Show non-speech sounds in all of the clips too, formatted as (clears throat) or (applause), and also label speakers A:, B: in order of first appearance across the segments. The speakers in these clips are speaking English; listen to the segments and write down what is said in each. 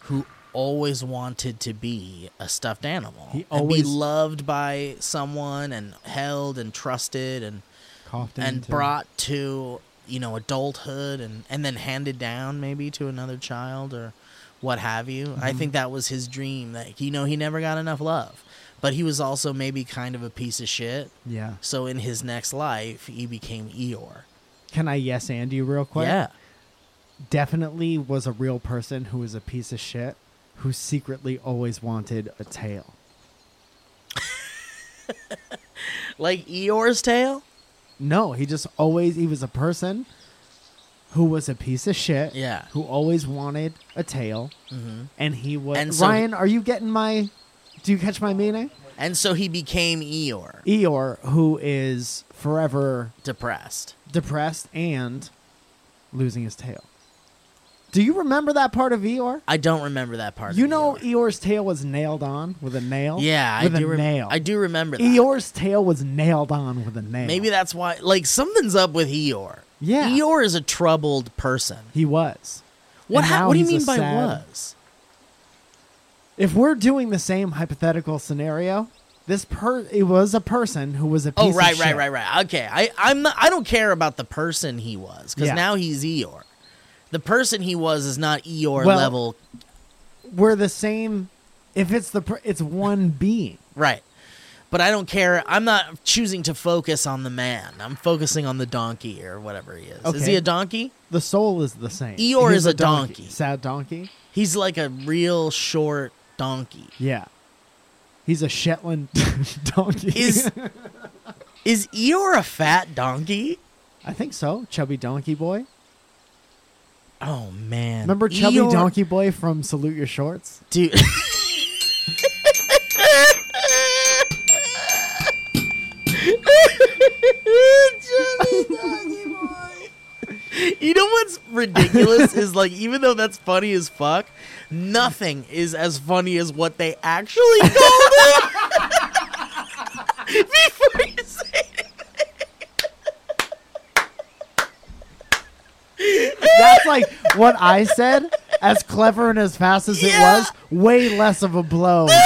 A: who always wanted to be a stuffed animal.
B: He
A: and
B: always-
A: be loved by someone and held and trusted and
B: Coughed
A: and
B: into-
A: brought to, you know, adulthood and and then handed down maybe to another child or what have you. I
B: Mm-hmm.
A: think that was his dream that you know he never got enough love. But he was also maybe kind of a piece of shit.
B: Yeah.
A: So in his next life, he became Eeyore.
B: Can I yes and you real quick?
A: Yeah.
B: Definitely was a real person who was a piece of shit who secretly always wanted a tail.
A: Like Eeyore's tail?
B: No, he just always he was a person who was a piece of shit.
A: Yeah.
B: Who always wanted a tail.
A: Mhm.
B: And he was
A: And so-
B: Ryan, are you getting my do you catch my meaning?
A: And so he became Eeyore,
B: Eeyore, who is forever
A: depressed.
B: depressed and losing his tail. Do you remember that part of Eeyore?
A: I don't remember that part.
B: You
A: of
B: know
A: Eeyore.
B: Eeyore's tail was nailed on with a nail?
A: Yeah,
B: with
A: I do
B: a
A: rem-
B: nail.
A: I do remember that.
B: Eeyore's tail was nailed on with a nail.
A: Maybe that's why. Like something's up with Eeyore.
B: Yeah.
A: Eeyore is a troubled person.
B: he was.
A: What?
B: And
A: Ha-
B: now
A: what do you
B: he's a
A: mean by
B: sad-
A: was?
B: If we're doing the same hypothetical scenario, this per it was a person who was a piece
A: Oh, right,
B: of
A: right,
B: shit.
A: right, right. Okay, I, I'm not. I don't care about the person he was because
B: Yeah.
A: now he's Eeyore. The person he was is not Eeyore
B: Well-
A: level.
B: We're the same. If it's the per- it's one being.
A: Right. But I don't care. I'm not choosing to focus on the man. I'm focusing on the donkey or whatever he is. Is
B: Okay.
A: he a donkey?
B: The soul is the same.
A: Eeyore
B: He's
A: is a donkey.
B: Sad donkey.
A: He's like a real short donkey.
B: Yeah. He's a Shetland (laughs) donkey.
A: Is is Eeyore a fat donkey?
B: (laughs) I think so. Chubby Donkey Boy.
A: Oh man!
B: Remember Chubby
A: Eeyore-
B: Donkey Boy from Salute Your Shorts?
A: (laughs) dude. You know what's ridiculous is like even though that's funny as fuck, nothing is as funny as what they
B: (laughs)
A: actually called it. Before you say it.
B: That's like what I
A: (laughs)
B: said. As clever and as fast as
A: Yeah.
B: it was, way less of a
A: (laughs)
B: blow than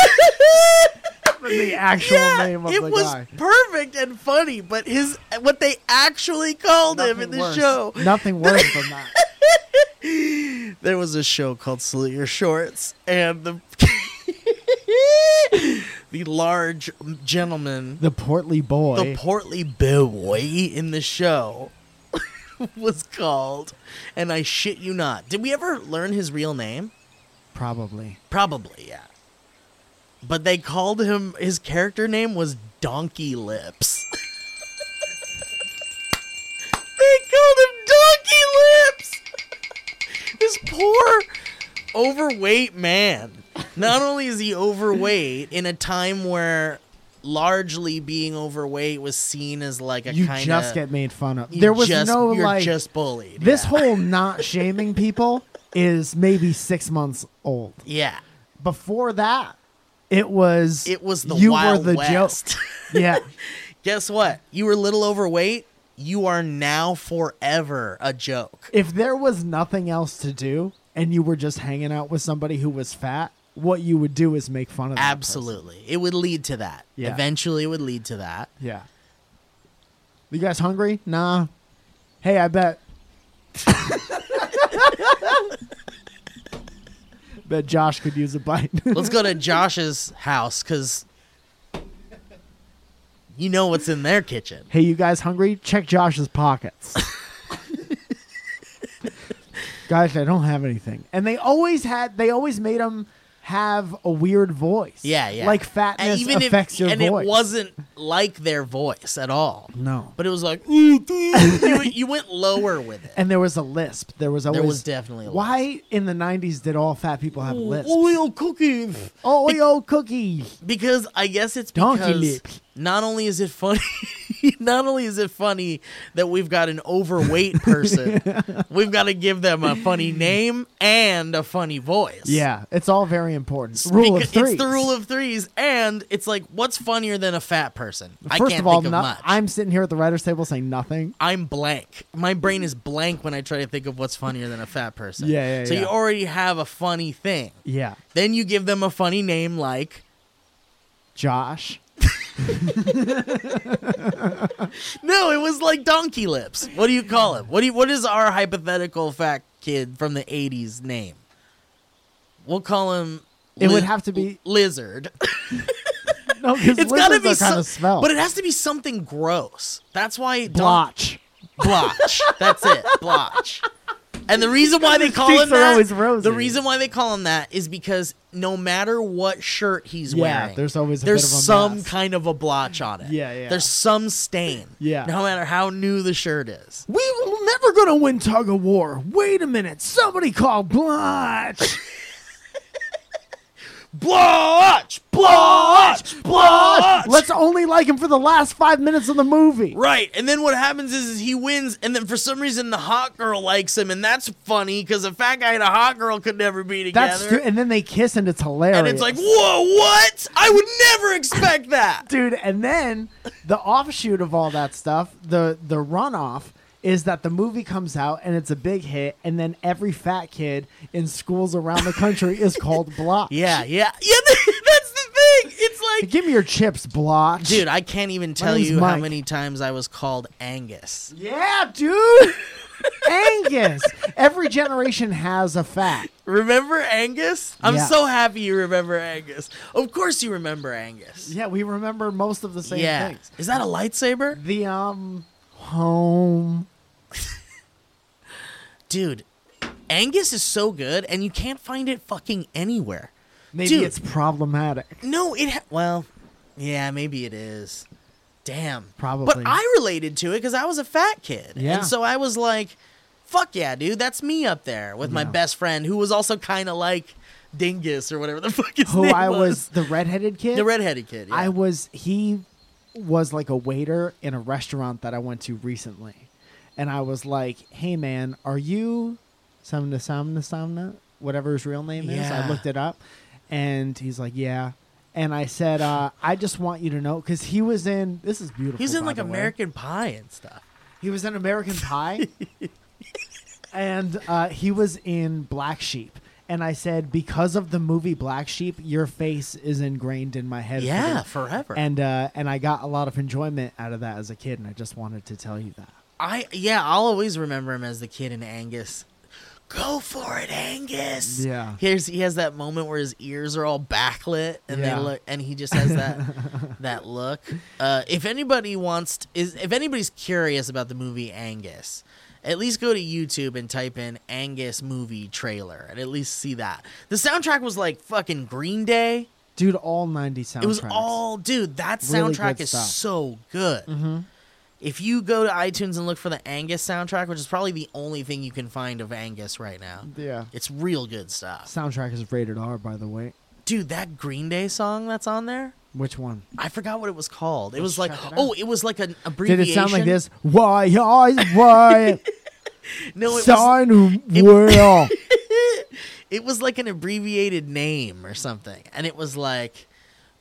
B: the actual
A: Yeah,
B: name of
A: it
B: the
A: was
B: guy.
A: perfect and funny, but his what they actually called him in the
B: worse.
A: show. (laughs)
B: Nothing worse than that.
A: There was a show called Salute Your Shorts, and the (laughs) the large gentleman,
B: The portly boy.
A: the portly boy in the show, (laughs) was called, and I shit you not. Did we ever learn his real name?
B: Probably.
A: Probably, yeah. But they called him his character name was Donkey Lips. (laughs) they called him Donkey Lips. (laughs) this poor overweight man. Not only is he overweight in a time where largely being overweight was seen as like a
B: You
A: kind of
B: just get made fun of. There was no
A: you're
B: like
A: just bullied.
B: this
A: yeah.
B: whole not shaming people is maybe six months old.
A: yeah.
B: Before that, it was
A: It was the
B: you
A: Wild
B: were the
A: West. (laughs)
B: joke. (laughs) Yeah,
A: Guess what? You were a little overweight. You are now forever a joke.
B: if there was nothing else to do and you were just hanging out with somebody who was fat, what you would do is make fun of. that person.
A: Absolutely. It would lead to that.
B: Yeah.
A: Eventually, it would lead to that.
B: Yeah. You guys hungry? Nah. Hey, I bet. (laughs) bet Josh could use a bite. (laughs)
A: Let's go to Josh's house because you know what's in their kitchen.
B: hey, you guys hungry? Check Josh's pockets. guys, I don't have anything. And they always had. They always made him have a weird voice.
A: Yeah, yeah.
B: Like
A: And
B: fatness
A: even if-
B: affects your
A: and
B: voice.
A: it wasn't like their voice at all.
B: no.
A: But it
B: (laughs)
A: was like, "Ooh, ooh." you, you went lower with it.
B: And there was a lisp. There was always
A: was definitely a
B: why in the '90s did all fat people have lisps? Oh,
A: Oreo cookies.
B: Oreo cookie.
A: Because I guess it's
B: Donkey
A: because
B: lips.
A: not only is it funny, (laughs) not only is it funny that we've got an overweight
B: (laughs)
A: person, we've got to give them a funny name and a funny voice.
B: Yeah, it's all very important. Rule of
A: Because
B: three.
A: It's the rule of threes, and it's like, what's funnier than a fat person? I
B: First
A: can't
B: of all,
A: think
B: no-
A: of much.
B: I'm sitting here at the writers' table saying nothing.
A: I'm blank. My brain is blank when I try to think of what's funnier than a fat person.
B: Yeah, yeah,
A: So
B: yeah.
A: you already have a funny thing. (laughs)
B: Yeah,
A: Then you give them a funny name like
B: Josh.
A: No, it was like donkey lips. What do you call him? What do you, what is our hypothetical fat kid from the '80s name? We'll call him.
B: It would have to be-
A: lizard. (laughs)
B: No, because
A: It's got to be
B: kind
A: some-
B: of smell.
A: but it has to be something gross. That's why don-
B: blotch.
A: (laughs) blotch. That's it, blotch. And the reason
B: (laughs)
A: why they call
B: cheeks
A: him
B: are
A: that,
B: always rosy.
A: the reason why they call him that is because no matter what shirt he's
B: Yeah,
A: wearing,
B: there's always a
A: there's
B: bit of a
A: some
B: mess.
A: kind of a blotch on it.
B: Yeah, yeah.
A: There's some stain.
B: Yeah.
A: No matter how new the shirt is.
B: We will never gonna win tug of war. Wait a minute, somebody call blotch.
A: Blotch, blotch, blotch.
B: Uh, Let's only like him for the last five minutes of the movie.
A: right, and then what happens is, is he wins, and then for some reason the hot girl likes him, and that's funny because a fat guy and a hot girl could never be together.
B: That's stu- and then they kiss and it's hilarious.
A: and it's like, whoa, what? I would never expect
B: (laughs)
A: that.
B: dude and then the offshoot of all that stuff the the runoff is that the movie comes out and it's a big hit and then every fat kid in schools around the country is
A: (laughs)
B: called blotch
A: yeah, yeah, yeah. (laughs) That's the thing. It's like,
B: give me your chips blotch
A: dude, I can't even tell
B: name's
A: you how
B: Mike.
A: many times I was called Angus.
B: yeah dude (laughs) angus every generation has a fat
A: Remember Angus? I'm
B: Yeah.
A: so happy you remember Angus. Of course you remember Angus.
B: yeah we remember most of the same
A: yeah.
B: things
A: Is that a lightsaber?
B: the um home
A: dude angus is so good and you can't find it fucking anywhere
B: maybe
A: Dude.
B: it's problematic
A: no it ha- well yeah maybe it is damn but
B: Probably.
A: i related to it because i was a fat kid
B: Yeah.
A: and so i was like fuck yeah dude that's me up there with my
B: Yeah.
A: best friend who was also kind of like dingus or whatever the (laughs) fuck his
B: who
A: name
B: i was the redheaded kid
A: the redheaded kid yeah.
B: I was he was like a waiter in a restaurant that I went to recently, and I was like, "Hey man, are you Samna Samna Samna whatever his real name is?"
A: Yeah.
B: I looked it up, and he's like, "Yeah." And I said, uh, "I just want you to know because he was in this is beautiful.
A: he's in
B: Oh, by
A: like
B: the way.
A: american pie and stuff
B: He was in American Pie,
A: (laughs)
B: and uh, he was in Black Sheep." And I said, because of the movie Black Sheep, your face is ingrained in my head. for the
A: yeah forever
B: and uh, and I got a lot of enjoyment out of that as a kid, and I just wanted to tell you that.
A: I yeah, I'll always remember him as the kid in Angus. Go for it, Angus.
B: Yeah.
A: Here's he has that moment where his ears are all backlit and
B: Yeah.
A: they look and he just has
B: (laughs)
A: that that look. Uh, if anybody wants t- is if anybody's curious about the movie Angus At least go to YouTube and type in Angus movie trailer and at least see that. The soundtrack was like fucking Green Day.
B: Dude, all 90 soundtracks.
A: It was all, dude, that
B: Really
A: soundtrack
B: good
A: is
B: stuff. Mm-hmm.
A: so good. If you go to iTunes and look for the Angus soundtrack, which is probably the only thing you can find of Angus right now,
B: Yeah.
A: it's real good stuff.
B: Soundtrack is rated R, by the way.
A: Dude, that Green Day song that's on there,
B: Which one?
A: I forgot what it was called. It was like,
B: check it out.
A: oh, it was like an
B: Did
A: abbreviation.
B: it sound like this? Why, why, why,
A: (laughs) No, it was,
B: sign
A: (laughs)
B: world.
A: it was like an abbreviated name or something, and it was like,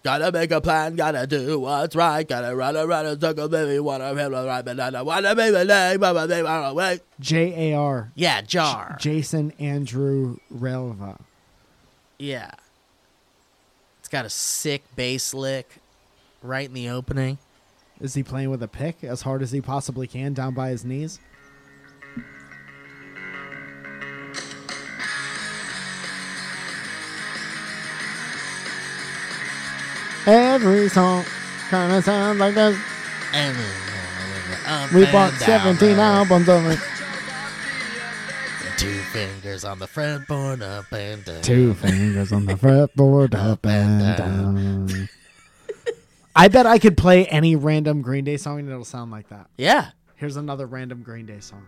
A: gotta make a plan, gotta do what's right, gotta run around and talk a baby, wanna feel the right banana, wanna be the name of a baby, wanna wait.
B: J A R.
A: Yeah, jar.
B: Jason Andrew Relva.
A: yeah, it's got a sick bass lick, right in the opening.
B: Is he playing with a pick as hard as he possibly can down by his knees? Every song kind of sounds like this.
A: And
B: We bought 17 albums of it.
A: Two fingers on the fretboard, up and
B: (laughs)
A: down.
B: Two fingers on the fretboard, up and down. I bet I could play any random Green Day song and it'll sound like that.
A: Yeah.
B: Here's another random Green Day song.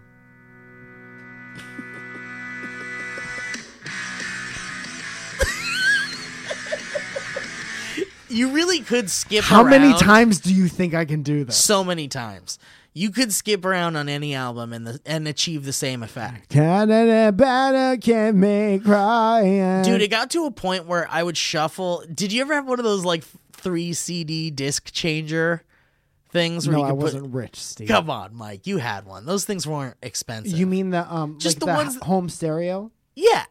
A: You really could skip
B: How many
A: around.
B: times do you think I can do this?
A: so many times. You could skip around on any album and the, and achieve the same effect.
B: Canada better can make crying.
A: Dude, it got to a point where I would shuffle. Did you ever have one of those like 3 CD disc changer things where
B: no,
A: you
B: I
A: could
B: wasn't rich, Steve.
A: put Come on, Mike, you had one. Those things weren't expensive.
B: You mean the um,
A: Just
B: like
A: the
B: the,
A: ones-
B: home stereo?
A: yeah.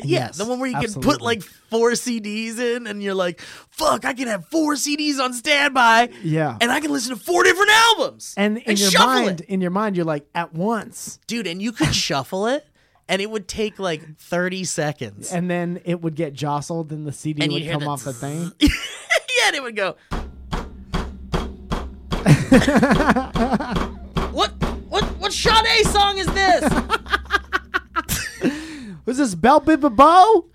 A: Yeah,
B: Yes,
A: the one where you could put
B: absolutely.
A: like 4 CDs in and you're like, "Fuck, I can have 4 CDs on standby."
B: Yeah.
A: And I can listen to four different albums.
B: And in your
A: shuffle it.
B: mind, in your mind, you're like at once,
A: dude, and you could shuffle it, and it would take like thirty seconds.
B: and then it would get jostled, and the CD
A: And you'd
B: would
A: hear
B: come
A: the
B: off the thing.
A: (laughs) yeah, and it
B: (laughs)
A: would go. what what what Sade song is this?
B: Was this Bell Bibba Bo?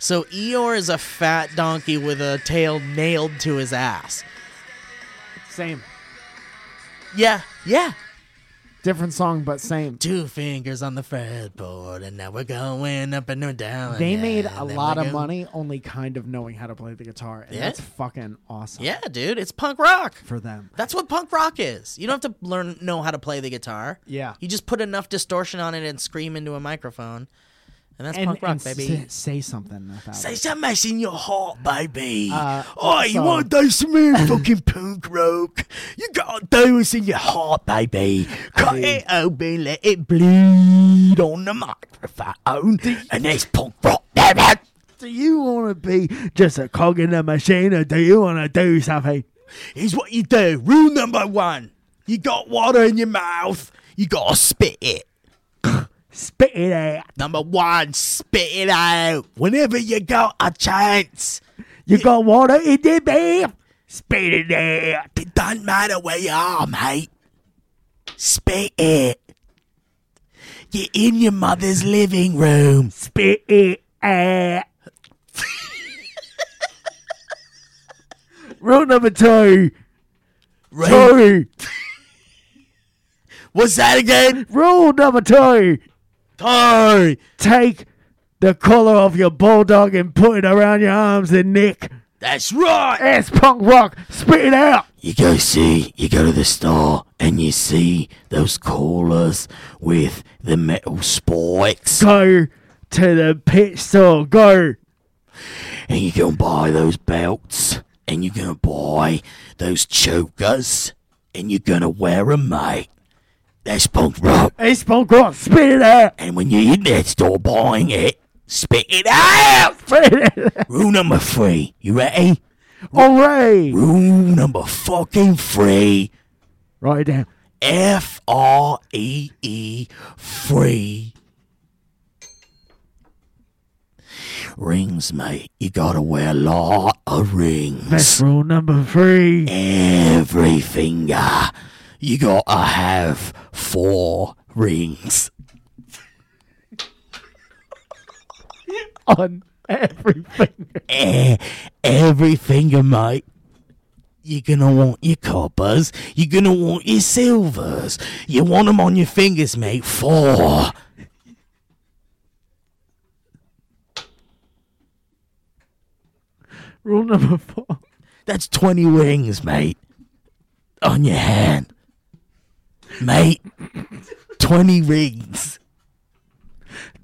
A: so Eeyore is a fat donkey with a tail nailed to his ass.
B: Same,
A: Yeah, yeah.
B: different song, but same.
A: Two fingers on the fretboard, and now we're going up and down.
B: They
A: and
B: made
A: then
B: a
A: we
B: lot of
A: go-
B: money only kind of knowing how to play the guitar, and
A: Yeah.
B: that's fucking awesome
A: Yeah, dude, it's punk rock.
B: for them.
A: That's what punk rock is. You don't have to learn know how to play the guitar.
B: Yeah.
A: You just put enough distortion on it and scream into a microphone. And that's
B: And,
A: punk rock,
B: and s-
A: baby.
B: say something about
A: Say
B: it.
A: something in your heart, baby.
B: Uh,
A: oh, you
B: so-
A: want to do some more (laughs) fucking punk rock? You gotta do what's in your heart, baby. Cut it open, let it bleed on the microphone. And it's punk rock, baby.
B: Do you want to be just a cog in a machine, or do you want to do something?
A: Here's what you do. Rule number one. You got water in your mouth. You gotta spit it.
B: Spit it out.
A: Number one, spit it out whenever you got a chance.
B: You got water in your mouth. Spit it out.
A: It don't matter where you are, mate. Spit it. You're in your mother's living room.
B: Spit it out. Rule number two.
A: Right?
B: Two.
A: (laughs) What's that again?
B: Rule number two.
A: Toy.
B: Take the collar off your bulldog and put it around your arms and neck.
A: That's right.
B: That's punk rock. Spit it out.
C: You go see, you go to the store and you see those collars with the metal spikes
B: Go to the pit store. Go.
C: and you can buy those belts and you're gonna buy those chokers and you're gonna wear 'em, mate. That's punk rock.
B: It's punk rock. Spit it out.
C: And when you're in that store buying it, spit it out!
B: Spit it out.
C: Rule number three, you ready?
B: All right.
C: Rule number fucking three.
B: Write it down.
C: F R E E free. Rings, mate. You gotta wear a lot of rings.
B: That's rule number three.
C: Every finger. you gotta have four rings
B: (laughs) on every finger.
C: eh, every finger, mate. You're gonna want your coppers. You're gonna want your silvers. You want them on your fingers, mate. Four.
B: Rule number four.
C: That's 20 rings, mate. On your hand. Mate. 20 rings.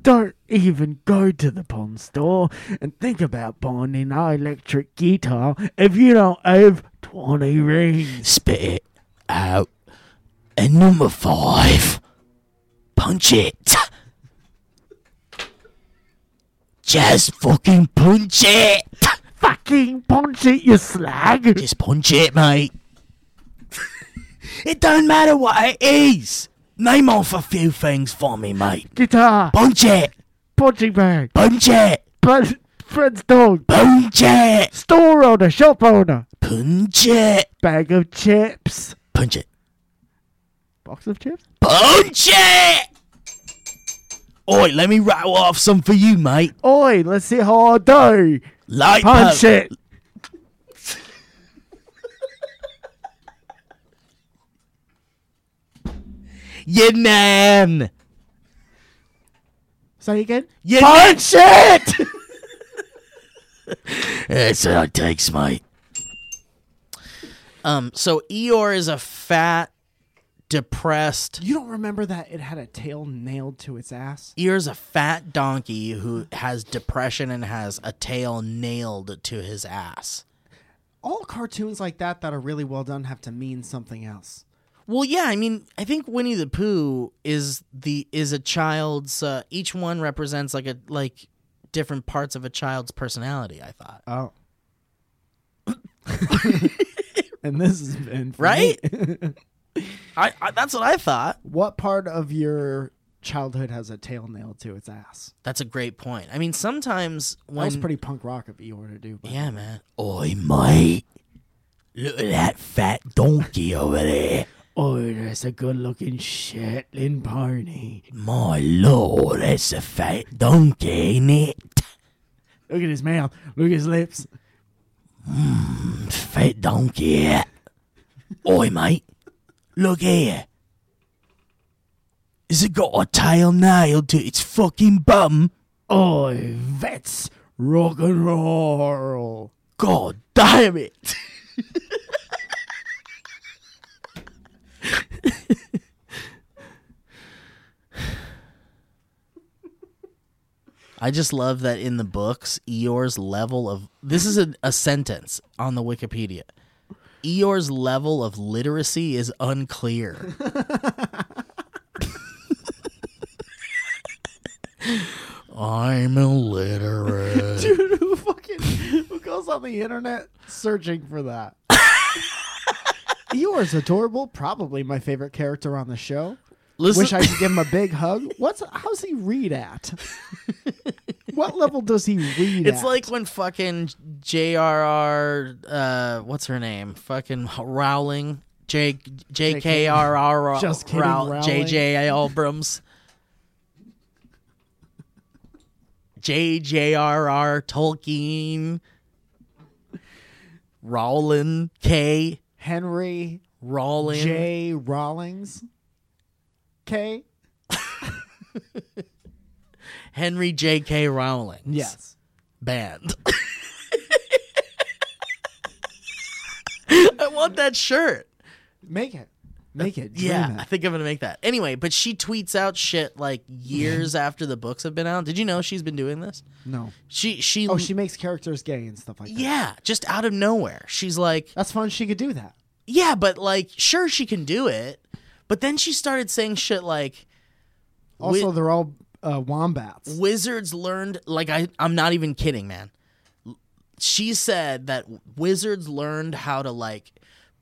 B: Don't even go to the pawn store and think about buying an electric guitar if you don't have 20 rings.
C: Spit it out. And number five. Punch it. Just fucking punch it.
B: Fucking punch it, you slag!
C: Just punch it, mate. it don't matter what it is. Name off a few things for me, mate.
B: Guitar,
C: Punch it.
B: punching bag,
C: Punch it.
B: Fred- Fred's dog,
C: Punch it.
B: store owner, shop owner,
C: Punch it.
B: bag of chips,
C: Punch it.
B: box of chips.
C: Punch it! Oi, let me rattle off some for you, mate.
B: Oi, let's see how I do.
C: Light
B: Punch
C: pal-
B: it.
C: Your nan.
B: Say again.
C: Your Punch it! That's how it takes, mate.
A: Um, so Eeyore is a fat, depressed.
B: You don't remember that it had a tail nailed to its ass?
A: Eeyore's a fat donkey who has depression and has a tail nailed to his ass.
B: All cartoons like that that are really well done have to mean something else.
A: Well, yeah, I mean, I think Winnie the Pooh is the is a child's. Uh, each one represents like a like different parts of a child's personality. I thought.
B: Oh. (laughs) and this has been for (laughs)
A: Right?
B: me.
A: I, I that's what I thought.
B: what part of your childhood has a tail nailed to its ass?
A: That's a great point. I mean, sometimes
B: That
A: when
B: was pretty punk rock of Eeyore to do. But
A: Um, yeah, man.
C: Oi, mate. Look at that fat donkey over there.
B: Oh, that's a good looking Shetland pony.
C: My lord, that's a fat donkey, ain't it?
B: Look at his mouth. Look at his lips.
C: Fat donkey. yeah. Oi, mate. Look here. Has it got a tail nailed to its fucking bum?
B: Oh, that's rock and roll.
C: God damn it.
A: I just love that in the books, Eeyore's level of this is a, a sentence on the Wikipedia. Eeyore's level of literacy is
B: (laughs)
A: unclear. I'm illiterate.
B: (laughs) Dude, who fucking who goes on the internet searching for
A: (laughs)
B: that? Eeyore's adorable. Probably my favorite character on the show.
A: Listen,
B: Wish I could give him a big hug. What's how's he read at? what level does he read?
A: it's
B: at?
A: like when fucking J.R.R. Uh, what's her name? Fucking Rowling. J. J.K.R.R.
B: (laughs) Just kidding,
A: Row-
B: Rowling.
A: J.J. Abrams. J.J.R.R. Tolkien. Rowling. K.
B: Henry
A: Rowling.
B: J. Rawlings. K.
A: Henry J.K. Rowling.
B: Yes.
A: Banned. (laughs) I want that shirt.
B: Make it. Make it. Dream
A: Yeah,
B: it.
A: I think I'm gonna make that. Anyway, but she tweets out shit like years
B: Mm-hmm.
A: after the books have been out. Did you know she's been doing this?
B: No.
A: She she
B: Oh, she makes characters gay and stuff like that.
A: yeah, just out of nowhere. She's like,
B: That's fun. She could do that.
A: yeah, but like, sure she can do it. But then she started saying shit like
B: Also,
A: Wi-
B: they're all uh, wombats.
A: wizards learned like I I'm not even kidding, man. She said that wizards learned how to like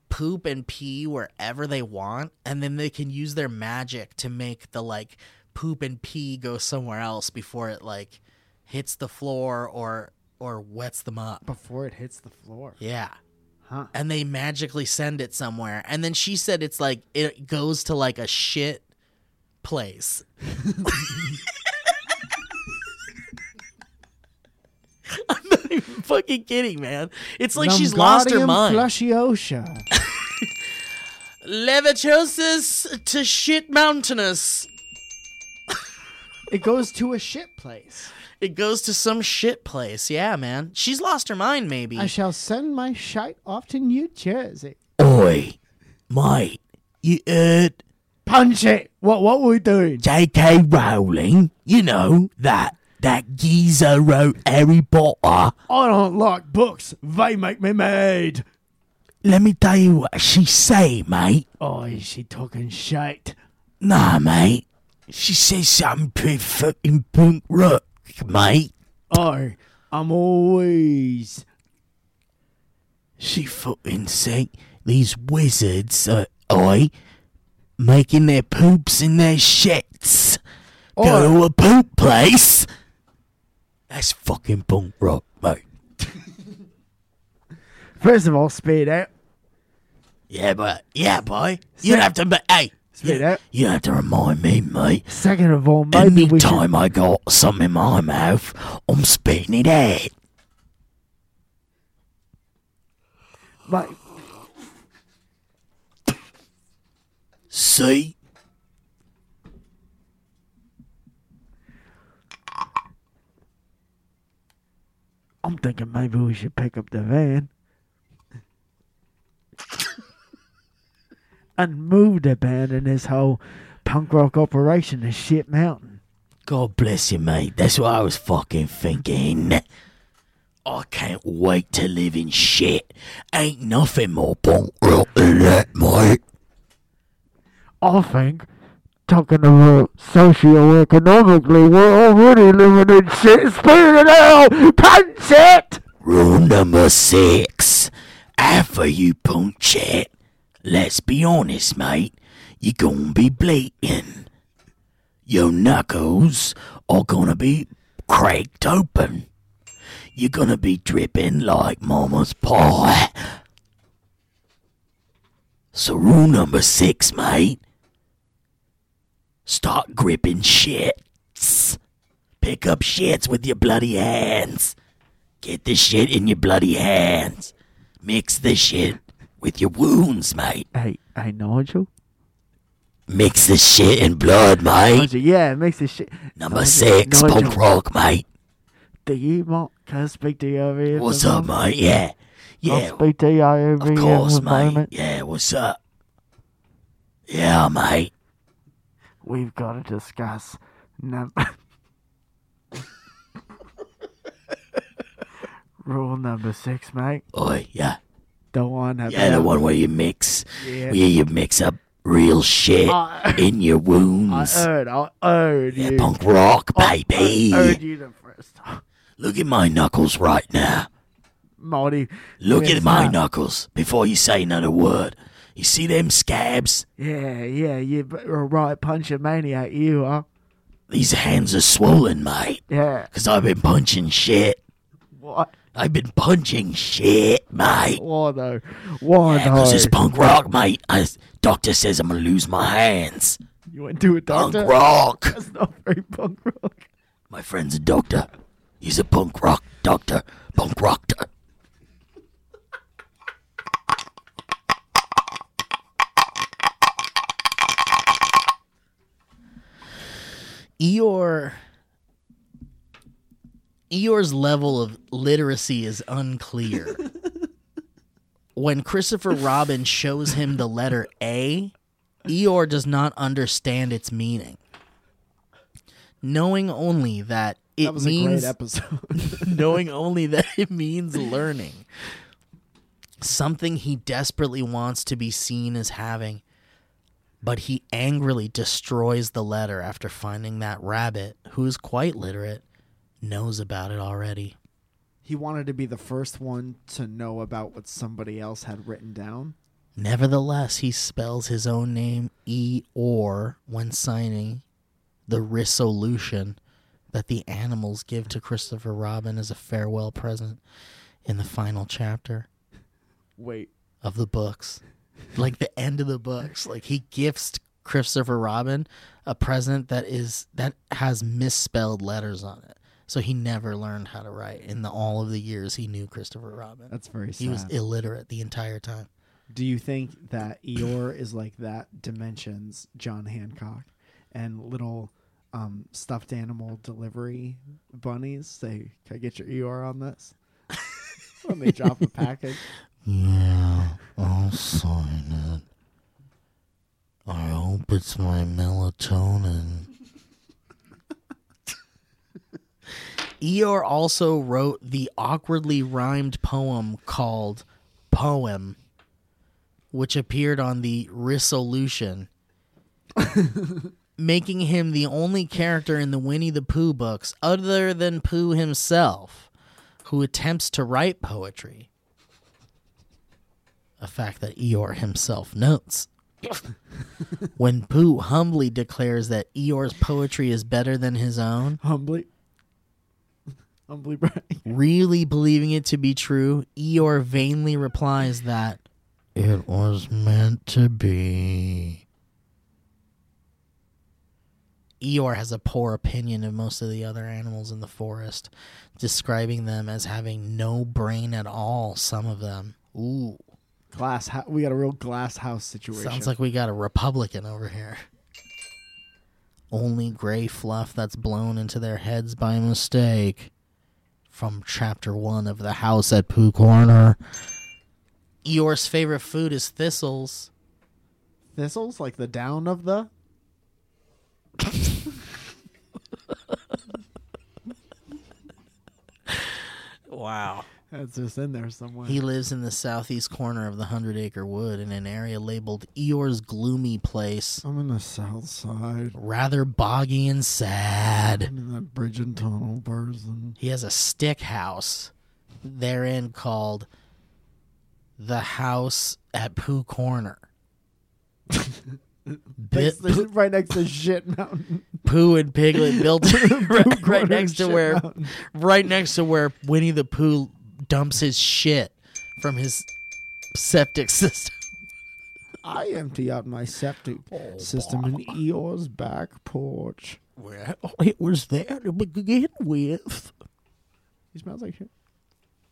A: poop and pee wherever they want and then they can use their magic to make the like poop and pee go somewhere else before it like hits the floor or or wets them up.
B: Before it hits the floor.
A: Yeah.
B: Huh.
A: and they magically send it somewhere. And then she said it's like it goes to like a shit place. (laughs) I'm not even fucking kidding, man. It's like she's lost her
B: Wingardium
A: mind.
B: Flushiosa.
A: Levitosis to shit mountainous.
B: it goes to a shit place.
A: It goes to some shit place. Yeah, man. She's lost her mind, maybe.
B: I shall send my shite off to New Jersey.
C: Oi, mate, you heard
B: Punch it. What? What were we doing?
C: J.K. Rowling? You know that that geezer wrote Harry Potter.
B: I don't like books. They make me mad.
C: Let me tell you what she say, mate.
B: Oh, is she talking shite?
C: Nah, mate. She says something pretty fucking punk rock, mate.
B: Oh, I'm always.
C: She fucking said these wizards are I making their poops in their shits. Go to a poop place. That's fucking punk rock, mate.
B: First of all, speed out.
C: Yeah, but yeah, boy. You don't have to. ma- Hey,
B: Spit out.
C: you don't have to remind me, mate.
B: Second of all, maybe we should.
C: Anytime I got something in my mouth, I'm spitting it out.
B: Like,
C: See?
B: I'm thinking maybe we should pick up the van and move the band in this whole punk rock operation to Shit Mountain.
C: God bless you, mate. That's what I was fucking thinking. I can't wait to live in shit. Ain't nothing more punk rock than that, mate.
B: I think, talking about socioeconomically, we're already living in shit. Spit it out! Punch it!
C: Rule number six. After you punch it, let's be honest, mate, you're gonna be bleeding. Your knuckles are gonna be cracked open. You're gonna be dripping like mama's pie. So, rule number six, mate, start gripping shits. Pick up shits with your bloody hands. Get the shit in your bloody hands. Mix the shit with your wounds, mate.
B: Hey, hey, Nigel?
C: Mix the shit in blood, mate.
B: Nigel, yeah, it makes this shit.
C: Number six,
B: Nigel,
C: punk rock, mate.
B: Do you want? Can I speak to you over here? for a
C: What's up,
B: moment?
C: mate? Yeah.
B: I'll
C: Yeah,
B: speak to you over
C: of
B: here
C: course,
B: for a
C: mate.
B: moment.
C: Yeah, what's up? Yeah, mate.
B: We've got to discuss number. (laughs) Rule number six, mate.
C: Oi, yeah.
B: Don't want to.
C: Yeah, the one where you mix.
B: Yeah.
C: Where you mix up real shit
B: I-
C: in your
B: I
C: wounds.
B: heard. I heard
C: Yeah,
B: you.
C: punk rock,
B: I
C: baby.
B: heard you the first time, (laughs)
C: Look at my knuckles right now.
B: Marty.
C: Look
B: Yes,
C: at my
B: sir.
C: knuckles before you say another word. You see them scabs?
B: Yeah, yeah, you are right. Punch a maniac, you are.
C: These hands are swollen, mate.
B: Yeah.
C: Because I've been punching shit.
B: What?
C: I've been punching shit, mate.
B: Why though? Why
C: Because it's
B: though?
C: punk rock, mate. I, doctor says I'm going to lose my hands.
B: you went to a
C: Punk
B: doctor.
C: rock.
B: That's not very punk rock.
C: My friend's a doctor. He's a punk rock doctor. Punk rock doctor.
A: Eeyore Eeyore's level of literacy is
B: (laughs)
A: unclear. when Christopher Robin shows him the letter A, Eeyore does not understand its meaning. Knowing only that it
B: That was a
A: means
B: great episode.
A: knowing only that (laughs) it means learning. Something he desperately wants to be seen as having, but he angrily destroys the letter after finding that rabbit, who is quite literate, knows about it already.
B: he wanted to be the first one to know about what somebody else had written down.
A: Nevertheless, he spells his own name E or when signing the resolution that the animals give to Christopher Robin as a farewell present in the final chapter.
B: Wait.
A: of the books, like the end of the books. Like he gifts Christopher Robin a present that is that has misspelled letters on it. So he never learned how to write in the, all of the years he knew Christopher Robin.
B: That's very sad.
A: he was illiterate the entire time.
B: Do you think that Eeyore is like that dimensions John Hancock and little um, stuffed animal delivery bunnies say, Can I get your Eeyore on this? when they drop a package.
C: Yeah, I'll sign it. uh, I hope it's my melatonin.
A: (laughs) Eeyore also wrote the awkwardly rhymed poem called Poem, which appeared on the
C: (laughs)
A: Resolution, making him the only character in the Winnie the Pooh books, other than Pooh himself, who attempts to write poetry. A fact that Eeyore himself notes. (laughs) when Pooh humbly declares that Eeyore's poetry is better than his own,
B: Humbly. (laughs) Humbly brag.
A: really believing it to be true, Eeyore vainly replies that
C: It was meant to be.
A: Eeyore has a poor opinion of most of the other animals in the forest, describing them as having no brain at all, some of them. Ooh.
B: (laughs) Glass hou- we got a real glass house situation.
A: Sounds like we got a Republican over here. Only gray fluff that's blown into their heads by mistake. From chapter one of The House at Pooh Corner. Eeyore's favorite food is thistles.
B: thistles, like the down of the
A: Wow.
B: that's just in there somewhere.
A: He lives in the southeast corner of the Hundred Acre Wood in an area labeled Eeyore's Gloomy Place.
B: I'm in the south side.
A: Rather boggy and sad.
B: in that bridge and tunnel person.
A: He has a stick house therein called The House at Pooh Corner. Bit,
B: right next to Shit Mountain.
A: Pooh and Piglet built (laughs) right, right next to
B: Shit
A: where
B: Mountain.
A: right next to where Winnie the Pooh dumps his shit from his septic system.
B: I empty out my septic system in Eeyore's back porch.
C: Well, it was there to begin with.
B: He smells like shit.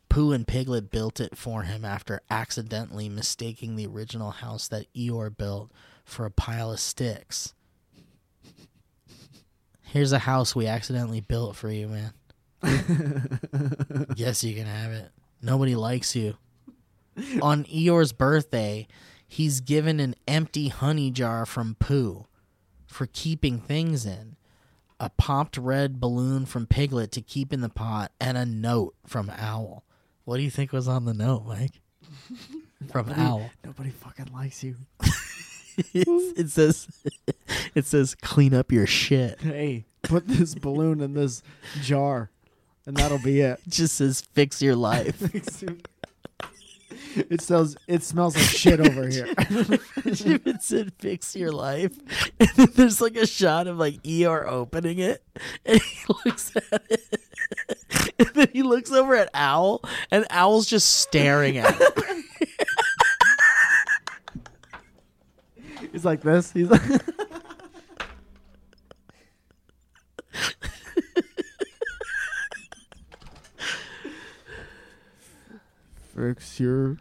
A: Pooh and Piglet built it for him after accidentally mistaking the original house that Eeyore built for a pile of sticks. Here's a house we accidentally built for you, man. yes, you can have it. Nobody likes you. On Eeyore's birthday, he's given an empty honey jar from Pooh for keeping things in, a popped red balloon from Piglet to keep in the pot, and a note from Owl. What do you think was on the note, Mike? (laughs) From (laughs) Owl.
B: Nobody fucking likes you.
A: It's- it says (laughs) it says clean up your shit.
B: Hey, put this balloon in this jar, and that'll be it.
A: It just says fix your life. (laughs)
B: it smells. (laughs) It smells like shit over (laughs) here.
A: if it said fix your life, (laughs) and then there's like a shot of like ER opening it, (laughs) and he looks at it, (laughs) and then he looks over at Owl, and Owl's just staring at him. (laughs)
B: He's like this. He's like. (laughs) Fix your.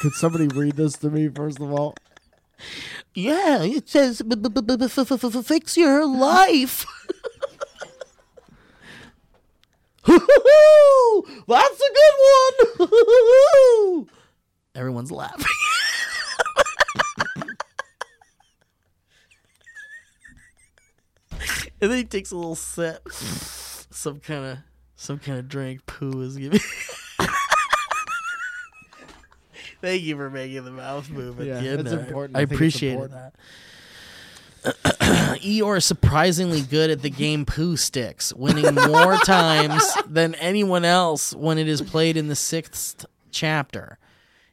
B: Could somebody read this to me first of all?
A: Yeah, it says b- b- b- b- f- f- f- f- fix your life. (laughs) Hoo-hoo-hoo! That's a good one. (laughs) Hoo-hoo-hoo! Everyone's laughing. and then he takes a little sip, some kind of some kind of drink. Pooh is giving. (laughs) Thank you for making the mouth move at
B: Yeah,
A: the end.
B: that's
A: there.
B: important.
A: I,
B: I think it's
A: appreciate
B: important.
A: that. (clears throat) Eeyore is surprisingly good at the game Pooh Sticks,
B: (laughs)
A: winning more times than anyone else when it is played in the sixth chapter.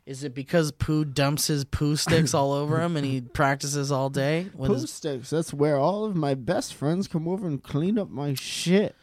A: Is it because Pooh dumps his Pooh Sticks all over him and (laughs) he practices all day with
B: Poo
A: his
B: sticks. That's where all of my best friends come over and clean up my shit.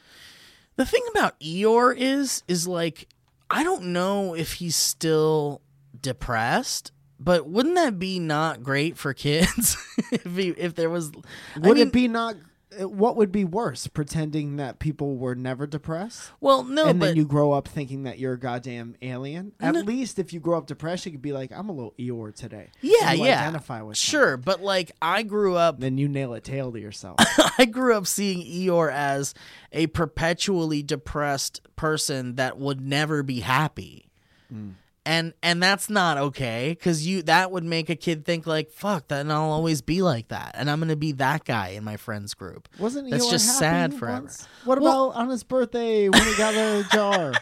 A: The thing about Eeyore is, is like I don't know if he's still depressed, but wouldn't that be not great for kids (laughs) if he, if there was I
B: Would
A: mean,
B: it be not? uh, What would be worse, pretending that people were never depressed,
A: Well, no,
B: and
A: but
B: then you grow up thinking that you're a goddamn alien? At least if you grow up depressed, you could be like, "I'm a little Eeyore today."
A: yeah,
B: You
A: yeah.
B: Identify with something.
A: sure, but like I grew up
B: Then you nail a tail to
A: (laughs)
B: yourself.
A: I grew up seeing Eeyore as a perpetually depressed person that would never be happy. And and that's not okay cuz you that would make a kid think like fuck that and I'll always be like that and I'm going to be that guy in my friends group.
B: Wasn't
A: That's
B: Eeyore
A: just
B: happy
A: sad forever.
B: once? What
A: Well-
B: about on his birthday when he got a
A: (laughs)
B: jar?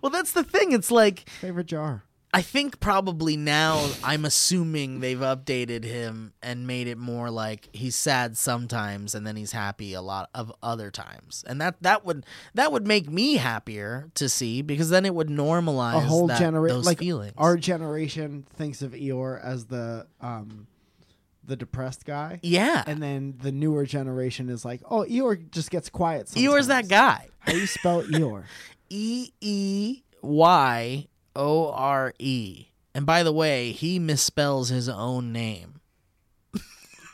A: Well, that's the thing. It's like
B: Favorite jar.
A: I think probably now I'm assuming they've updated him and made it more like he's sad sometimes and then he's happy a lot of other times. And that that would that would make me happier to see because then it would normalize
B: a whole
A: that-
B: generation
A: those
B: like
A: feelings.
B: our generation thinks of Eeyore as the um the depressed guy.
A: yeah.
B: And then the newer generation is like, "Oh, Eeyore just gets quiet sometimes."
A: Eeyore's that guy.
B: How do you spell
A: (laughs)
B: Eeyore?
A: E E Y O R E. And by the way, he misspells his own name.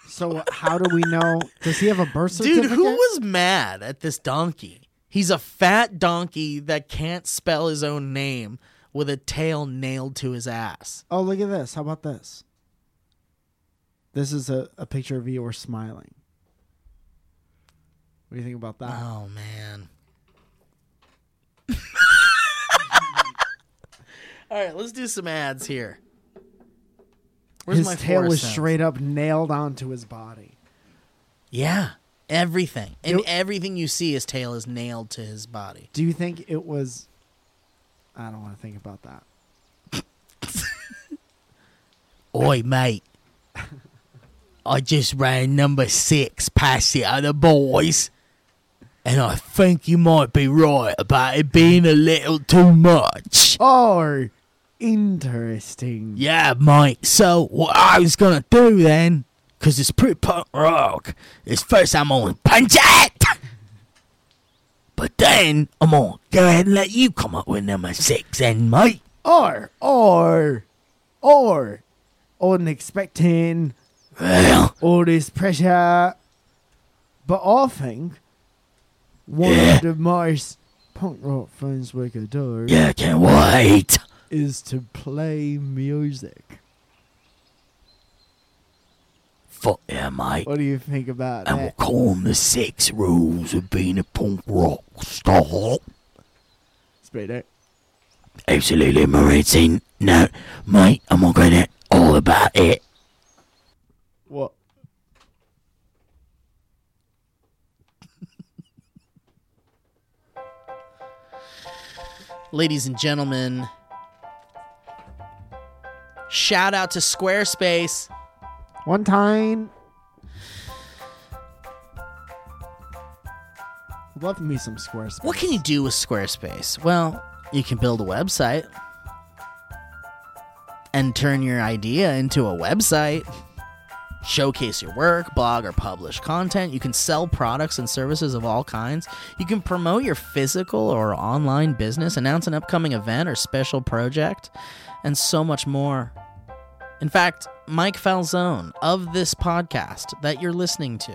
B: So how do we know? Does he have a birth certificate?
A: Dude, who was mad at this donkey? He's a fat donkey that can't spell his own name with a tail nailed to his ass.
B: Oh, look at this. How about this? This is a, a picture of Eeyore smiling. What do you think about that?
A: Oh man. (laughs) All right, let's do some ads here. Where's
B: his
A: my
B: tail
A: four
B: was
A: cents?
B: straight up nailed onto his body.
A: Yeah, everything. And
B: Yep.
A: everything you see his tail is nailed to his body.
B: Do you think it was? I don't want to think about that.
C: Oi, mate. I just ran number six past the other boys, and I think you might be right about it being a little too much.
B: Oh, interesting.
C: Yeah, mate. So what I was gonna do then, 'cause it's pretty punk rock, is first I'm gonna punch it, but then I'm gonna go ahead and let you come up with number six, then, mate.
B: Or, or, or, on expecting
C: Well,
B: all this pressure. But I think one
C: Yeah.
B: of the most punk rock things we could do
C: yeah, I can't wait.
B: is to play music.
C: Fuck yeah, mate.
B: What do you think about
C: And we'll
B: that?
C: call 'em the six rules of being a punk rock star.
B: Speed it.
C: Absolutely, Maritine. No, mate, I'm not gonna all about it.
B: What?
A: Ladies and gentlemen, shout out to Squarespace.
B: One time. Love me some Squarespace.
A: What can you do with Squarespace? Well, you can build a website and turn your idea into a website. Showcase your work, blog, or publish content. You can sell products and services of all kinds. You can promote your physical or online business, announce an upcoming event or special project, and so much more. In fact, Mike Falzone of this podcast that you're listening to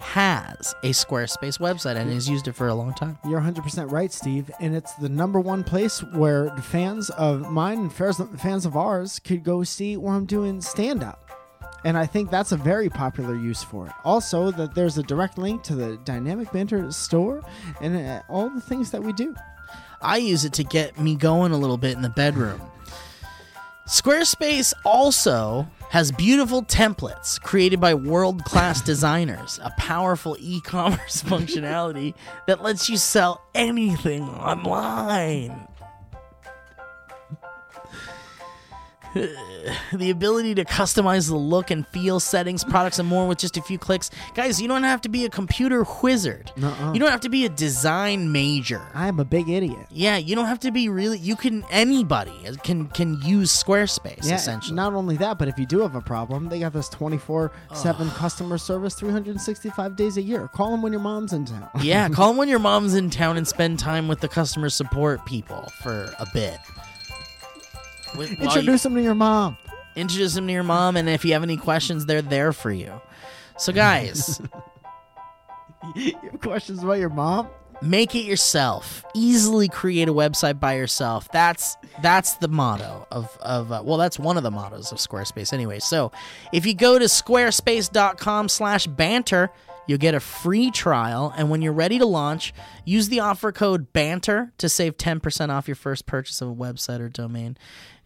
A: has a Squarespace website and has used it for a long time.
B: You're 100% right, Steve. And it's the number one place where the fans of mine and fans- fans of ours could go see where I'm doing stand up. And I think that's a very popular use for it. Also, that there's a direct link to the Dynamic Banter store and uh, all the things that we do.
A: I use it to get me going a little bit in the bedroom. Squarespace also has beautiful templates created by world class designers, a powerful e commerce (laughs) functionality that lets you sell anything online. (sighs) the ability to customize the look and feel, settings, products, and more with just a few clicks. Guys, you don't have to be a computer wizard.
B: Nuh-uh.
A: You don't have to be a design major.
B: I'm a big idiot.
A: Yeah, you don't have to be really. You can anybody can can use Squarespace
B: Yeah,
A: essentially.
B: Not only that, but if you do have a problem, they got this 24 7 customer service 365 days a year. Call them when your mom's in town. (laughs)
A: (laughs) yeah, call them when your mom's in town and spend time with the customer support people for a bit. With- while you-
B: Introduce them to your mom. (laughs)
A: introduce them to your mom, and if you have any questions, they're there for you. So, guys,
B: You have questions about your mom?
A: make it yourself. Easily create a website by yourself. That's that's the motto of of uh, well, that's one of the mottos of Squarespace anyway. So, if you go to squarespace.com/banter, you'll get a free trial, and when you're ready to launch, use the offer code banter to save 10% off your first purchase of a website or domain.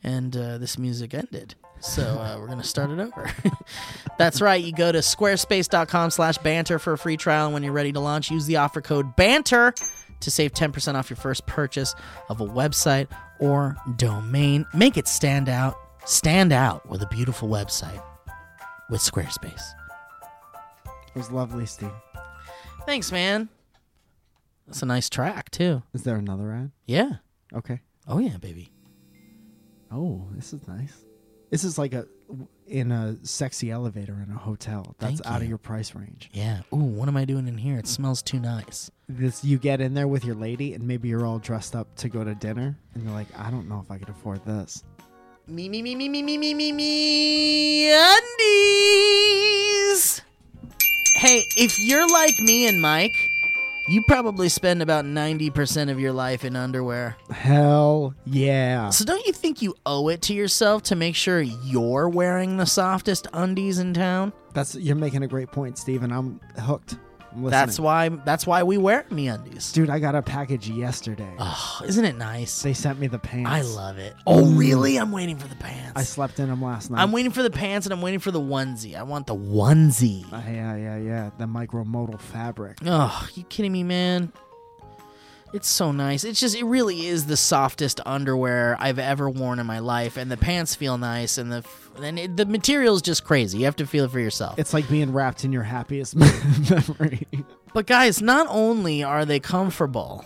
A: And uh, this music ended. So uh, we're gonna start it over. (laughs) That's right. You go to squarespace.com/banter for a free trial, and when you're ready to launch, use the offer code banter to save 10% off your first purchase of a website or domain. Make it stand out. Stand out with a beautiful website with Squarespace.
B: It was lovely, Steve.
A: Thanks, man. That's a nice track too.
B: Is there another ad?
A: Yeah.
B: Okay.
A: Oh yeah, baby.
B: Oh, this is nice. This is like a in a sexy elevator in a hotel. That's
A: Thank
B: out
A: you.
B: of your price range.
A: Yeah. Ooh, what am I doing in here? It smells too nice.
B: This you get in there with your lady, and maybe you're all dressed up to go to dinner, and you're like, I don't know if I could afford this.
A: Me me me me me me me me me undies. Hey, if you're like me and Mike, you probably spend about 90% of your life in underwear.
B: Hell yeah!
A: So don't you think you owe it to yourself to make sure you're wearing the softest undies in town?
B: That's you're making a great point, Steve, and I'm hooked. I'm listening.
A: That's why that's why we wear me undies.
B: Dude, I got a package yesterday.
A: Oh, isn't it nice?
B: they sent me the pants.
A: I love it. Oh really? I'm waiting for the pants.
B: I slept in them last night.
A: I'm waiting for the pants and I'm waiting for the onesie. I want the onesie.
B: Uh, yeah, yeah, yeah. The micromodal fabric.
A: Oh, you kidding me, man? It's so nice. It's just, it really is the softest underwear I've ever worn in my life, and the pants feel nice, and the f- and it, the material's just crazy. You have to feel it for yourself.
B: It's like being wrapped in your happiest (laughs) memory.
A: but guys, not only are they comfortable,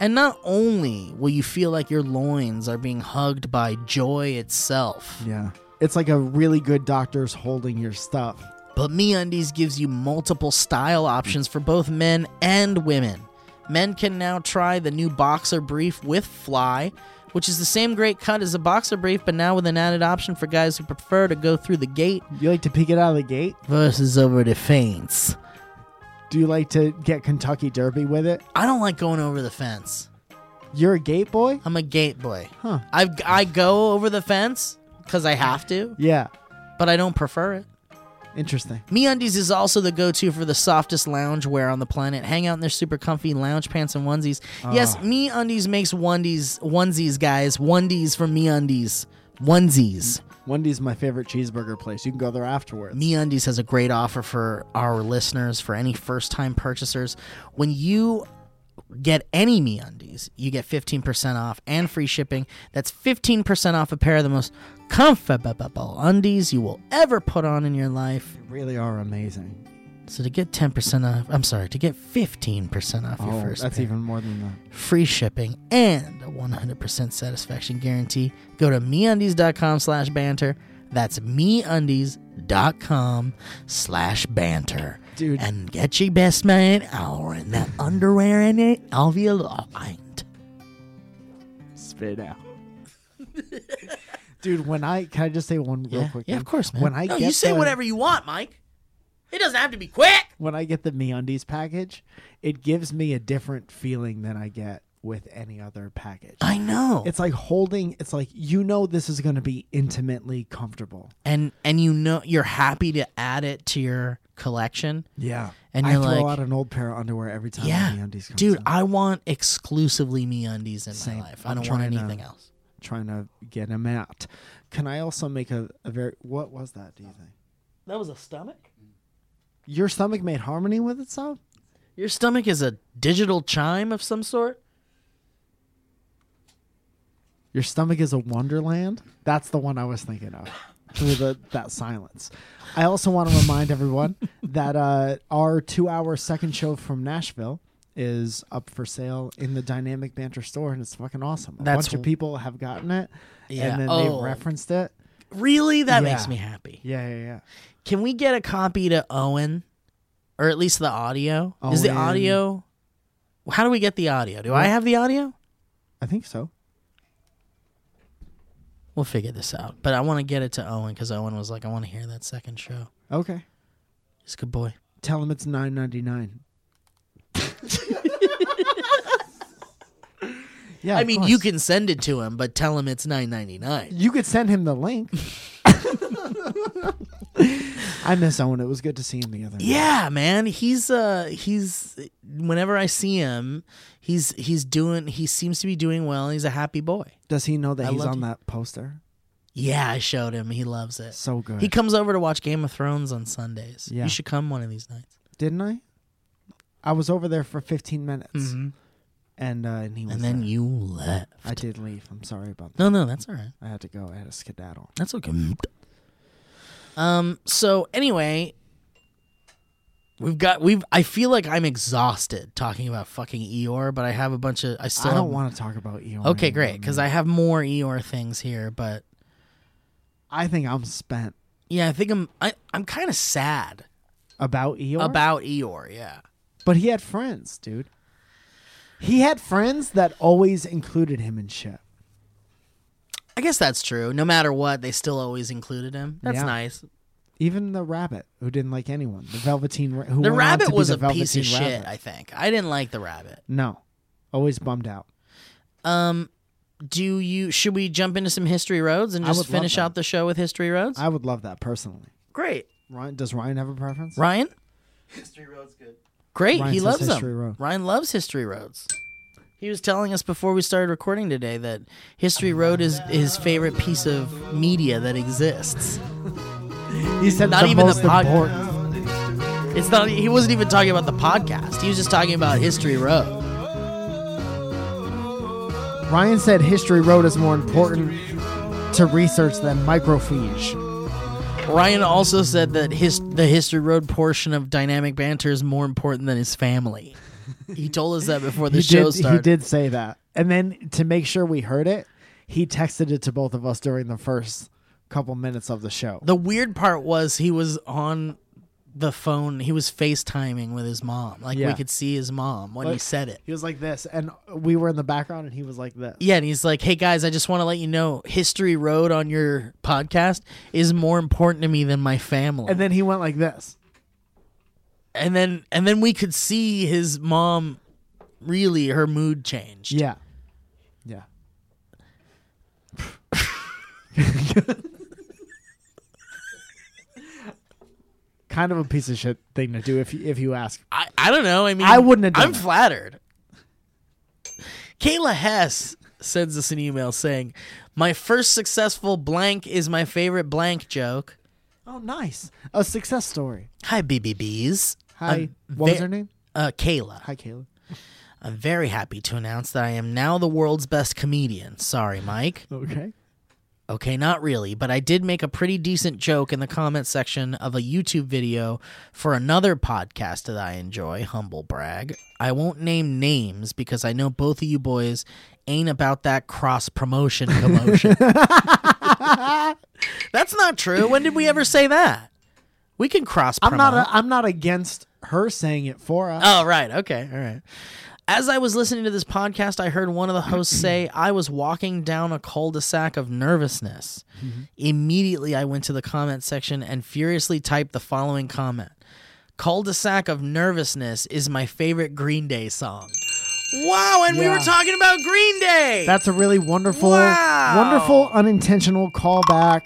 A: and not only will you feel like your loins are being hugged by joy itself,
B: yeah. It's like a really good doctor's holding your stuff.
A: But MeUndies gives you multiple style options for both men and women. Men can now try the new boxer brief with fly, which is the same great cut as a boxer brief, but now with an added option for guys who prefer to go through the gate
B: You like to pick it out of the gate?
A: versus over the fence.
B: Do you like to get Kentucky Derby with it?
A: I don't like going over the fence.
B: You're a gate boy?
A: I'm a gate boy.
B: Huh.
A: I I go over the fence because I have to,
B: Yeah.
A: but I don't prefer it.
B: Interesting.
A: MeUndies is also the go-to for the softest lounge wear on the planet. Hang out in their super comfy lounge pants and onesies. Yes, MeUndies makes onesies, onesies, guys, onesies for MeUndies, onesies.
B: Wendy's my favorite cheeseburger place. You can go there afterwards.
A: MeUndies has a great offer for our listeners, for any first-time purchasers. When you get any MeUndies, you get 15% off and free shipping. That's 15% off a pair of the most comfortable undies you will ever put on in your life.
B: They really are amazing.
A: So to get 10% off, I'm sorry, to get 15% off your
B: Oh,
A: first
B: that's
A: pair,
B: even more than that.
A: free shipping and a 100% satisfaction guarantee, go to MeUndies.com slash banter. That's MeUndies.com slash banter.
B: Dude.
A: And get your best man hour in that underwear in it of your mind.
B: Spit
A: (laughs)
B: out. Dude, when I can I just say one real
A: Yeah,
B: quick?
A: yeah
B: thing?
A: of course, man.
B: When I
A: no,
B: get
A: you say
B: the-
A: whatever you want, Mike. It doesn't have to be quick.
B: when I get the MeUndies package, it gives me a different feeling than I get with any other package.
A: I know.
B: It's like holding. It's like you know this is going to be intimately comfortable.
A: and and you know you're happy to add it to your collection.
B: Yeah,
A: And
B: I
A: you're
B: throw
A: like-
B: out an old pair of underwear every time.
A: Yeah,
B: MeUndies comes
A: dude,
B: in.
A: I want exclusively me undies in
B: Same.
A: my life. I
B: I'm
A: don't want
B: trying to-
A: anything else.
B: trying to get them out. Can I also make a, a very? What was that? Do you think
A: That was a stomach.
B: your stomach made harmony with itself?
A: Your stomach is a digital chime of some sort.
B: Your stomach is a wonderland. That's the one I was thinking of. Through the, that silence. I also want to remind
A: (laughs)
B: everyone that uh, our two hour second show from Nashville is up for sale in the Dynamic Banter store, and it's fucking awesome. A
A: That's
B: bunch of
A: w-
B: people have gotten it,
A: Yeah.
B: and then
A: Oh.
B: they referenced it.
A: Really? That
B: Yeah.
A: makes me happy.
B: Yeah, yeah, yeah.
A: Can we get a copy to Owen? Or at least the audio? Is the
B: Owen.
A: audio. How do we get the audio? Do I have the audio?
B: I think so.
A: We'll figure this out. But I want to get it to Owen because Owen was like, I want to hear that second show.
B: Okay.
A: He's a good boy.
B: Tell them it's nine ninety
A: (laughs)
B: nine. yeah,
A: I
B: of
A: mean,
B: course.
A: you can send it to him, but tell him it's nine ninety nine.
B: you could send him the
A: (laughs)
B: link. I miss Owen. It was good to see him the other night.
A: Yeah, man. He's uh he's whenever I see him, he's he's doing he seems to be doing well and he's a happy boy.
B: Does he know that
A: I
B: he's
A: loved
B: on
A: you.
B: that poster?
A: Yeah, I showed him. He loves it.
B: So good.
A: he comes over to watch Game of Thrones on Sundays.
B: Yeah.
A: You should come one of these nights.
B: Didn't I? I was over there for fifteen minutes, and uh, and he was.
A: Mm-hmm. And then
B: there.
A: you left.
B: I did leave. I'm sorry about that.
A: No, no, that's all right.
B: I had to go. I had a skedaddle.
A: That's okay. Um. So anyway, we've got we've. I feel like I'm exhausted talking about fucking Eeyore, but I have a bunch of. I still
B: I don't
A: have-
B: want to talk about Eeyore.
A: Okay,
B: anymore,
A: great. Because
B: man.
A: I have more Eeyore things here, but
B: I think I'm spent
A: yeah, I think I'm. I, I'm kind of sad
B: about Eeyore.
A: about Eeyore. Yeah.
B: But he had friends, dude. He had friends that always included him in shit.
A: I guess that's true. No matter what, they still always included him. That's
B: Yeah.
A: nice.
B: Even the rabbit, who didn't like anyone. The Velveteen Ra- who
A: The
B: went on
A: rabbit
B: to be
A: was
B: the
A: a piece
B: Velveteen
A: of shit.
B: Rabbit.
A: I think I didn't like the rabbit.
B: No. Always bummed out.
A: Um, do you? Should we jump into some history roads and
B: I
A: just
B: would love
A: finish
B: that.
A: out the show with history roads?
B: I would love that personally.
A: Great.
B: Ryan, does Ryan have a preference?
A: Ryan?
D: History Road's good.
A: Great.
B: Ryan
A: he
B: says
A: loves them.
B: History Road.
A: Ryan loves History Roads. He was telling us before we started recording today that History Road is his favorite piece of media that exists.
B: He said
A: Not
B: the
A: even the
B: most
A: pod-
B: important.
A: It's not he wasn't even talking about the podcast. He was just talking about History Road.
B: Ryan said History Road is more important to research than microfiche.
A: Ryan also said that his the History Road portion of Dynamic Banter is more important than his family. He told us that before the
B: He
A: show
B: did, he
A: started.
B: did say that. And then to make sure we heard it, he texted it to both of us during the first couple minutes of the show.
A: The weird part was he was on the phone. He was FaceTiming with his mom. Like we
B: Yeah.
A: could see his mom when he
B: Like-
A: said it.
B: He was like this, and we were in the background, and he was like this.
A: Yeah, and he's like, "Hey guys, I just want to let you know, History Road on your podcast is more important to me than my family."
B: And then he went like this.
A: and then and then we could see his mom really her mood changed.
B: Yeah, yeah. (laughs) kind of a piece of shit thing to do if you, if you ask.
A: I, I don't know. I mean,
B: I wouldn't have done
A: I'm
B: that.
A: flattered. Kayla Hess sends us an email saying, "My first successful blank is my favorite blank joke."
B: Oh, nice, a success story.
A: Hi, BBBs.
B: Hi,
A: I'm
B: what was
A: ve-
B: her name?
A: Uh, Kayla.
B: Hi, Kayla.
A: I'm very happy to announce that I am now the world's best comedian. Sorry, Mike.
B: Okay.
A: Okay, not really, but I did make a pretty decent joke in the comment section of a YouTube video for another podcast that I enjoy, Humble Brag. I won't name names because I know both of you boys ain't about that cross
B: (laughs)
A: promotion commotion. That's not true. When did we ever say that? We can cross
B: I'm
A: promote.
B: not. A, I'm not against her saying it for us.
A: Oh, right. Okay. All right. As I was listening to this podcast, I heard one of the hosts
B: (clears throat)
A: say, I was walking down a cul de sac of nervousness.
B: Mm-hmm.
A: Immediately, I went to the comment section and furiously typed the following comment Cul de sac of nervousness is my favorite Green Day song. Wow. And we
B: Yeah.
A: were talking about Green Day.
B: That's a really wonderful,
A: Wow.
B: wonderful unintentional callback.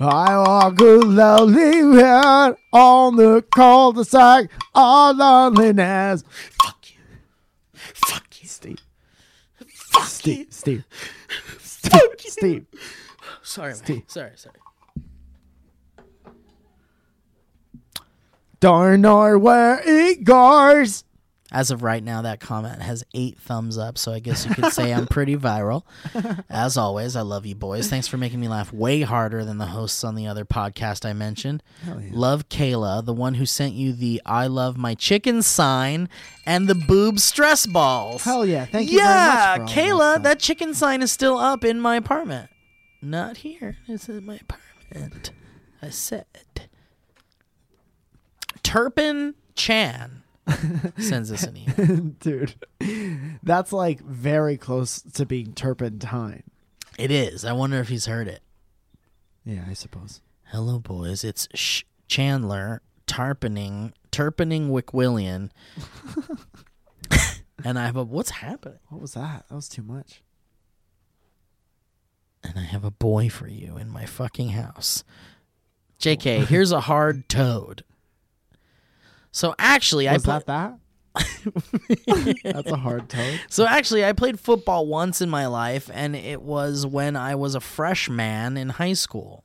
B: I walk a lonely road on the cul-de-sac of loneliness.
A: Fuck you. Fuck you. Steve. Fuck you.
B: Steve, Steve,
A: Fuck you.
B: Steve.
A: Sorry, man.
B: Steve.
A: Sorry, sorry.
B: Darn or where it goes.
A: As of right now, that comment has eight thumbs up, so I guess you could say I'm pretty viral. As always, I love you boys. Thanks for making me laugh way harder than the hosts on the other podcast I mentioned. Love Kayla, the one who sent you the I love my chicken sign and the boob stress balls.
B: Hell yeah. Thank you
A: yeah,
B: very much. for all
A: Kayla,
B: that
A: that chicken sign is still up in my apartment. Not here. It's in my apartment. I said. Turpin
B: (laughs)
A: Chan sends us an email.
B: stuff. Dude, that's like very close to being turpentine.
A: It is. I wonder if he's heard it.
B: Yeah, I suppose.
A: Hello, boys. It's Sh- Chandler Tarpening
B: (laughs)
A: Turpening Wickwillian. and I have a what's happening?
B: What was that? That was too much.
A: and I have a boy for you in my fucking house.
B: Oh. (laughs)
A: JK, here's a hard toad. So actually,
B: Was
A: I pla-
B: that that? that's a hard tone.
A: so actually I played football once in my life, and it was when I was a freshman in high school.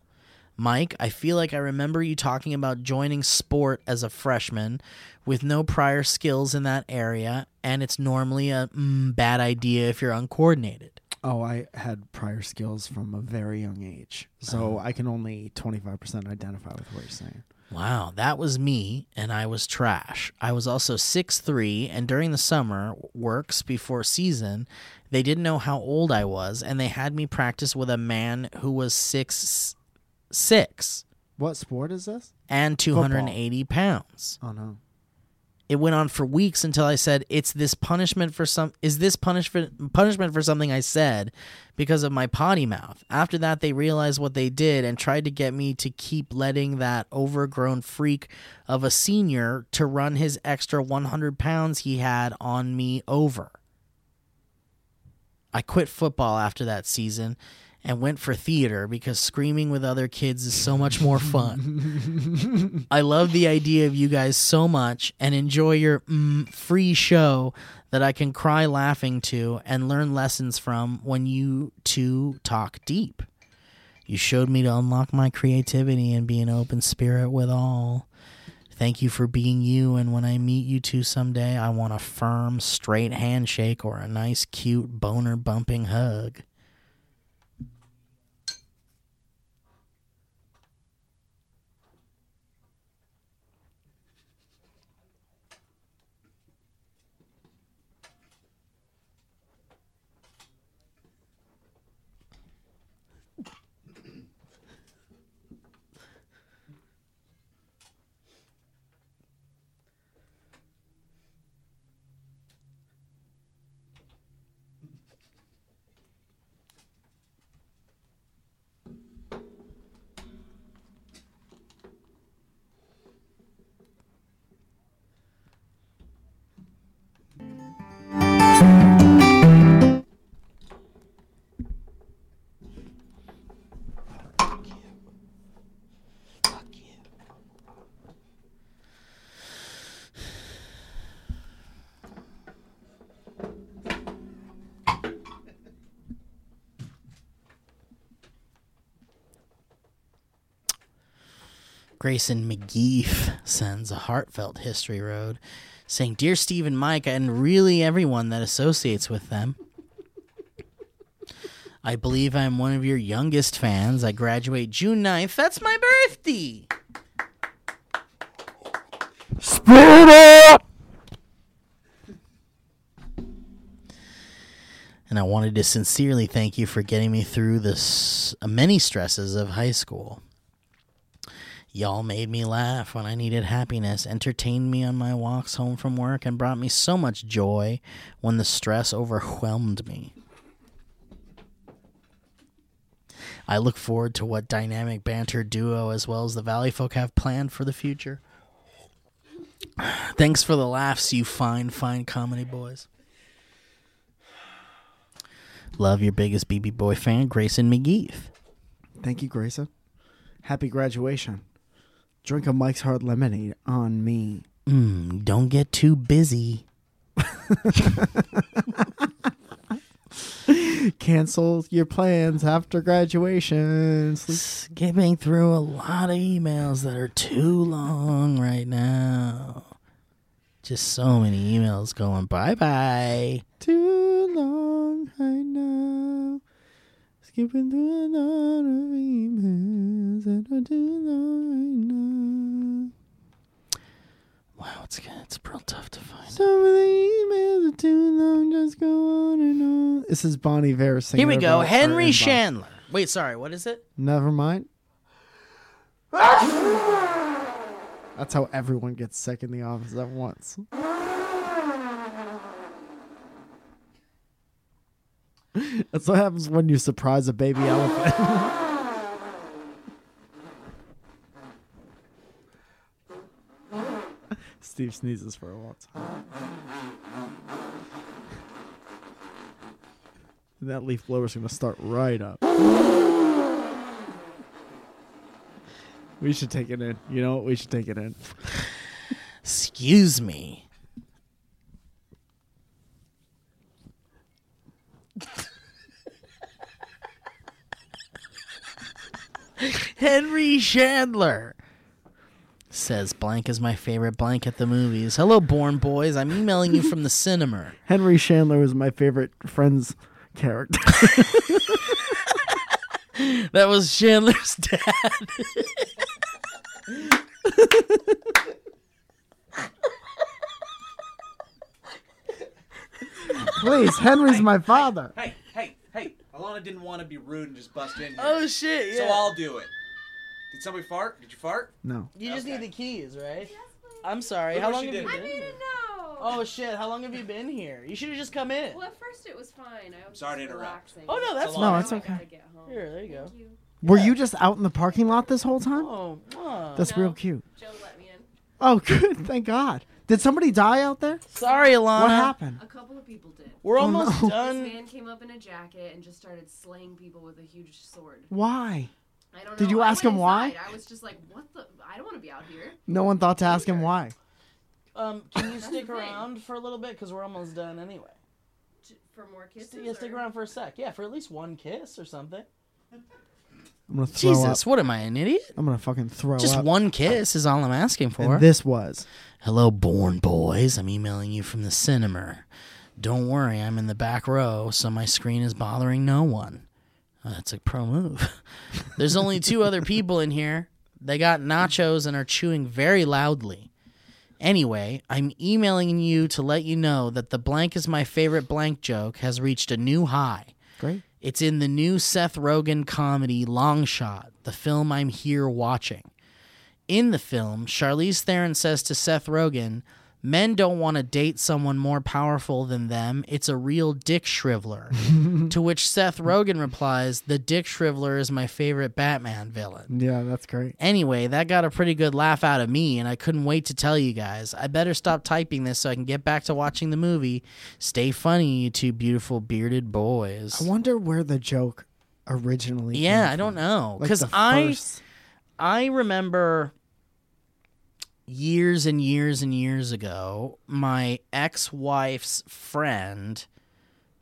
A: Mike, I feel like I remember you talking about joining sport as a freshman with no prior skills in that area, and it's normally a mm, bad idea if you're uncoordinated.
B: Oh, I had prior skills from a very young age, so I can only twenty five percent identify with what you're saying.
A: Wow, that was me, and I was trash. I was also six three, and during the summer works before season, they didn't know how old I was, and they had me practice with a man who was six six
B: What sport is this?
A: and two hundred and eighty pounds.
B: Oh no.
A: It went on for weeks until I said, "It's this punishment for some. Is this punishment punishment for something I said because of my potty mouth?" After that, they realized what they did and tried to get me to keep letting that overgrown freak of a senior to run his extra 100 pounds he had on me over. I quit football after that season and went for theater because screaming with other kids is so much more fun. I love the idea of you guys so much and enjoy your mm, free show that I can cry laughing to and learn lessons from when you two talk deep. You showed me to unlock my creativity and be an open spirit with all. Thank you for being you, and when I meet you two someday, I want a firm, straight handshake or a nice, cute, boner bumping hug. Grayson McGeef sends a heartfelt history road saying, Dear Steve and Mike, and really everyone that associates with them, I believe I am one of your youngest fans. I graduate June 9th. That's my birthday. And I wanted to sincerely thank you for getting me through the s- many stresses of high school. Y'all made me laugh when I needed happiness, entertained me on my walks home from work, and brought me so much joy when the stress overwhelmed me. I look forward to what Dynamic Banter Duo as well as the Valley Folk have planned for the future. Thanks for the laughs, you fine, fine comedy boys. Love your biggest BB Boy fan, Grayson McGeef.
B: Thank you, Grayson. Happy graduation. Drink a Mike's Hard Lemonade on me.
A: Mm, don't get too busy.
B: Cancel your plans after graduation. Sleep.
A: skipping through a lot of emails that are too long right now. Just so many emails going bye bye.
B: Too long, I know. Skipping through a lot of e- emails that are too long, I know.
A: Wow, it's it's real tough to find.
B: Some of the emails are too long, just go on and on. This is Bonnie Vera singing.
A: Here we go,
B: about her
A: Henry
B: inbox.
A: Chandler. Wait, sorry, what is it?
B: Never mind. That's how everyone gets sick in the office at once. That's what happens when you surprise a baby elephant. (laughs) Steve sneezes for a long time. And that leaf blower's gonna start right up. We should take it in. You know what? We should take it in.
A: Excuse me. Henry Chandler says blank is my favorite blank at the movies. Hello, born boys. I'm emailing you from the cinema.
B: Henry Chandler was my favorite Friends character.
A: That was Chandler's (laughs) dad.
B: (laughs) Please, Henry's my father.
E: Hey, hey, hey! Alana didn't want to be rude and just bust in here,
A: Oh, shit!
E: so I'll do it. Did somebody fart? Did you fart?
B: No.
A: you just
E: Okay.
A: need the keys, right? I'm sorry.
E: Look
A: how
E: what
A: long have
E: she did.
A: you
F: I
A: been?
F: need
A: here?
F: to know.
A: Oh shit! How long have you been here? You should have just come in.
F: Well, at first it was fine. I was
E: Sorry
F: just
E: to interrupt.
F: relaxing.
A: Oh no, that's
E: a
A: fine.
E: lot.
B: No, it's
F: Now I
B: okay.
F: gotta get home.
A: Here, there you go.
F: Thank you.
B: Were you just out in the parking lot this whole time?
A: Oh, wow.
B: That's
F: No.
B: real cute.
F: Joe let me in.
B: Oh, good. Thank God. Did somebody die out there?
A: sorry, Alana.
B: What happened?
F: Uh, A couple of people did.
A: We're
B: Oh,
A: almost
B: no.
F: This
A: done.
F: man came up in a jacket and just started slaying people with a huge sword.
B: Why?
F: I don't know.
B: Did you
F: I
B: ask
F: went
B: him why?
F: inside. I was just like, what the? I don't want to be out here.
B: No one thought to ask him why.
A: Um, can you
F: That's
A: stick
F: the thing.
A: around for a little bit? Cause we're almost done anyway.
F: J- For more kisses.
A: St- yeah, stick
F: or-
A: around for a sec. Yeah, for at least one kiss or something.
B: I'm gonna throw
A: Jesus,
B: up.
A: what am I, an idiot?
B: I'm gonna fucking throw
A: Just
B: up.
A: one kiss is all I'm asking for.
B: And this was.
A: Hello, born boys. I'm emailing you from the cinema. Don't worry, I'm in the back row, so my screen is bothering no one. Oh, that's a pro move. (laughs) There's only two other people in here. They got nachos and are chewing very loudly. Anyway, I'm emailing you to let you know that the blank is my favorite blank joke has reached a new high.
B: Great.
A: It's in the new Seth Rogen comedy Long Shot, the film I'm here watching. In the film, Charlize Theron says to Seth Rogen, Men don't want to date someone more powerful than them. It's a real dick shriveler. to which Seth Rogen replies, The dick shriveler is my favorite Batman villain.
B: Yeah, that's great.
A: Anyway, that got a pretty good laugh out of me, and I couldn't wait to tell you guys. I better stop typing this so I can get back to watching the movie. Stay funny, you two beautiful bearded boys.
B: I wonder where the joke originally
A: Yeah,
B: came
A: I don't
B: from.
A: know
B: Like
A: because
B: the
A: I
B: first-
A: I remember years and years and years ago, my ex wife's friend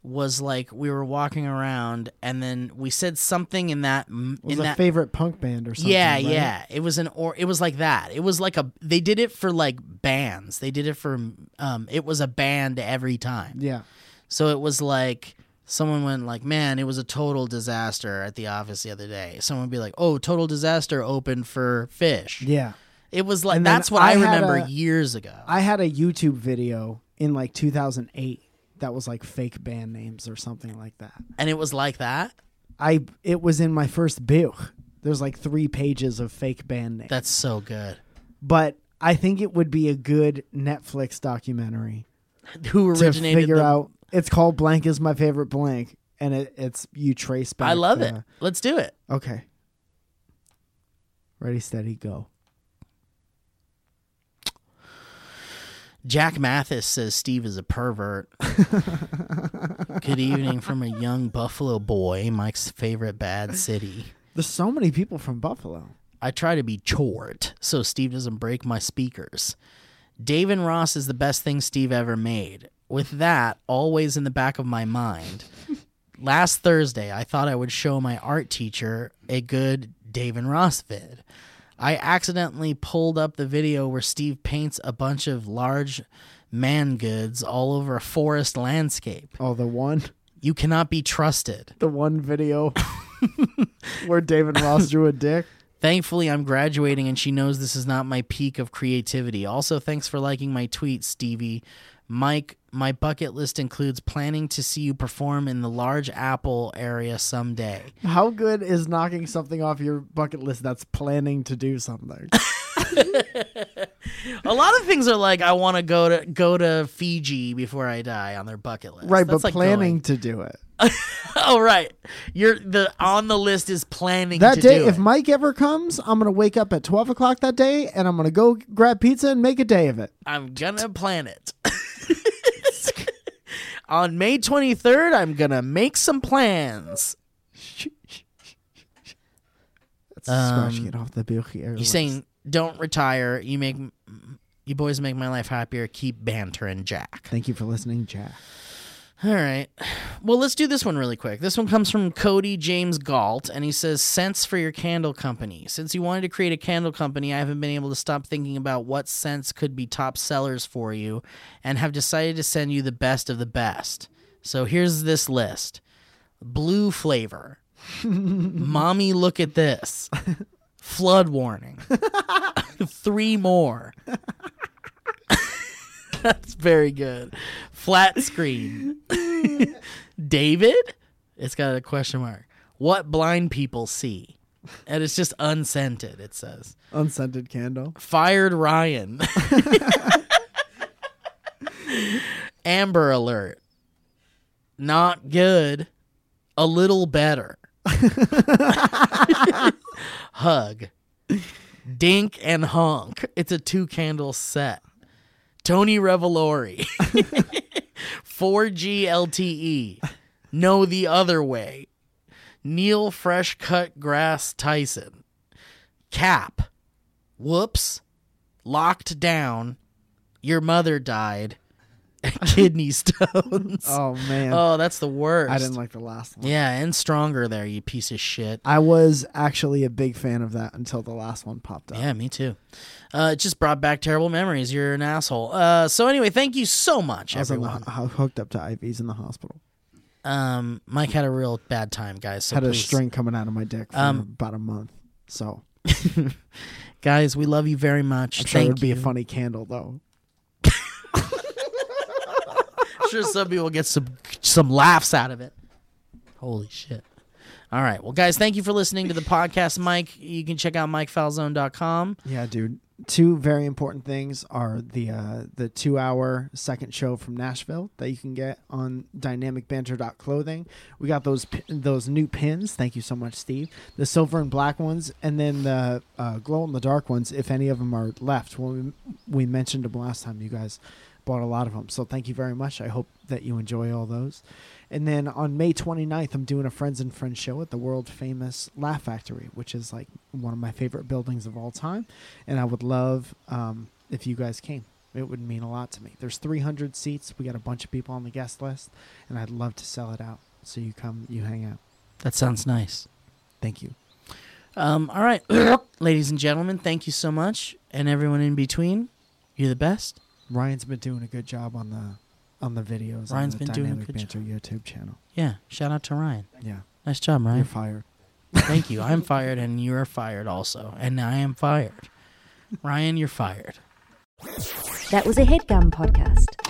A: was like we were walking around, and then we said something in that m-
B: was
A: in
B: a
A: that
B: favorite punk band or something.
A: yeah
B: right?
A: yeah it was an or it was like that it was like a they did it for like bands they did it for um it was a band every time
B: Yeah.
A: so it was like someone went like, "Man, it was a total disaster at the office the other day." Someone would be like, "Oh, total disaster open for fish."
B: Yeah.
A: It was like
B: And then
A: that's what
B: I
A: I,
B: had
A: remember
B: a-
A: years ago.
B: I had a YouTube video in like 2008 that was like fake band names or something like that.
A: and it was like that.
B: I it was in my first book. There's like three pages of fake band names,
A: That's so good.
B: but I think it would be a good Netflix documentary
A: Who
B: to
A: originated
B: figure
A: the-
B: out. It's called "Blank is my favorite blank," and it, it's you trace back.
A: I love it.
B: the-
A: Let's do it.
B: Okay. Ready, steady, go.
A: Jack Mathis says Steve is
B: (laughs)
A: a pervert. Good evening from a young Buffalo boy, Mike's favorite bad city.
B: There's so many people from Buffalo.
A: I try to be chort so Steve doesn't break my speakers. Dave and Ross is the best thing Steve ever made. With that always in the back of my mind, (laughs) last Thursday I thought I would show my art teacher a good Dave and Ross vid. I accidentally pulled up the video where Steve paints a bunch of large man goods all over a forest landscape.
B: Oh, the one,
A: You cannot be (laughs) trusted.
B: the one video where David Ross drew a dick.
A: Thankfully, I'm graduating and she knows this is not my peak of creativity. Also, thanks for liking my tweet, Stevie. Mike, my bucket list includes planning to see you perform in the Large Apple area someday.
B: How good is knocking something off your bucket list that's planning to do
A: (laughs)
B: something?
A: A lot of things are like I want to go to go to Fiji before I die on their bucket list.
B: right,
A: That's
B: but
A: like
B: planning
A: going-
B: to do it.
A: Oh, right. You're the on the list is planning
B: That
A: to
B: day,
A: do
B: if
A: it.
B: Mike ever comes, I'm gonna wake up at twelve o'clock that day and I'm gonna go grab pizza and make a day of it.
A: I'm gonna plan it. (laughs) On May 23rd, I'm gonna make some plans.
B: That's scratching
A: Um,
B: it off the Bilky
A: He's saying, "Don't retire. You make you boys make my life happier. Keep bantering, Jack."
B: Thank you for listening, Jack.
A: All right. Well, let's do this one really quick. This one comes from Cody James Galt, and he says, Scents for your candle company. Since you wanted to create a candle company, I haven't been able to stop thinking about what scents could be top sellers for you and have decided to send you the best of the best. So here's this list blue flavor. Mommy, look at this. Flood warning. (laughs) Three more. That's very good. Flat
B: (laughs)
A: screen. David? It's got a question mark. What blind people see? And it's just unscented, it says.
B: Unscented candle. (laughs)
A: Fired Ryan. Amber alert. Not good. A little better. Hug. Dink and honk. It's a two candle set. Tony Revolori. (laughs) 4G LTE. E. No, the other way. Neil Fresh Cut Grass Tyson. Cap. Whoops. Locked down. Your mother died. (laughs) Kidney stones.
B: Oh
A: Oh,
B: man,
A: that's the worst.
B: I didn't like the last one.
A: Yeah, and stronger there, you piece of shit.
B: I was actually a big fan of that until the last one popped up.
A: Yeah, me too. Uh, it just brought back terrible memories. You're an asshole. Uh, so anyway, thank you so much,
B: I was in the,
A: everyone.
B: ho- hooked up to IVs in the hospital.
A: Um, Mike had a real bad time, guys. So
B: Had a
A: please-
B: string coming out of my dick for
A: Um,
B: about a month. So
A: guys. We love you very much.
B: I'm sure it
A: thank
B: would be
A: you.
B: a funny candle though.
A: (laughs) I'm sure some people get some some laughs out of it. Holy shit. All right. Well, guys, thank you for listening to the podcast, Mike. You can check out MikeFalzone.com.
B: Yeah, dude. Two very important things are the uh, the two hour second show from Nashville that you can get on dynamicbanter.clothing. We got those pi- those new pins. Thank you so much, Steve. The silver and black ones, and then the uh, glow in the dark ones. If any of them are left, when we, we mentioned them last time, you guys bought a lot of them. So thank you very much. I hope that you enjoy all those. And then on May 29th, I'm doing a Friends and Friends show at the world famous Laugh Factory, which is like one of my favorite buildings of all time. And I would love um, if you guys came. It would mean a lot to me. There's 300 seats. We got a bunch of people on the guest list, and I'd love to sell it out. So you come, you hang out.
A: That sounds nice.
B: Thank you.
A: Um, all right. (clears throat) Ladies and gentlemen, thank you so much. And everyone in between, you're the best.
B: Ryan's been doing a good job on the on the videos.
A: Ryan's
B: on the
A: been doing a
B: Dynamic
A: good
B: Banter YouTube channel.
A: Yeah. Shout out to Ryan.
B: Yeah,
A: Nice job,
B: you're
A: Ryan.
B: fired.
A: Thank you. I'm fired, and you are fired also. And I am fired. Ryan, you're fired.
G: That was a headgum podcast.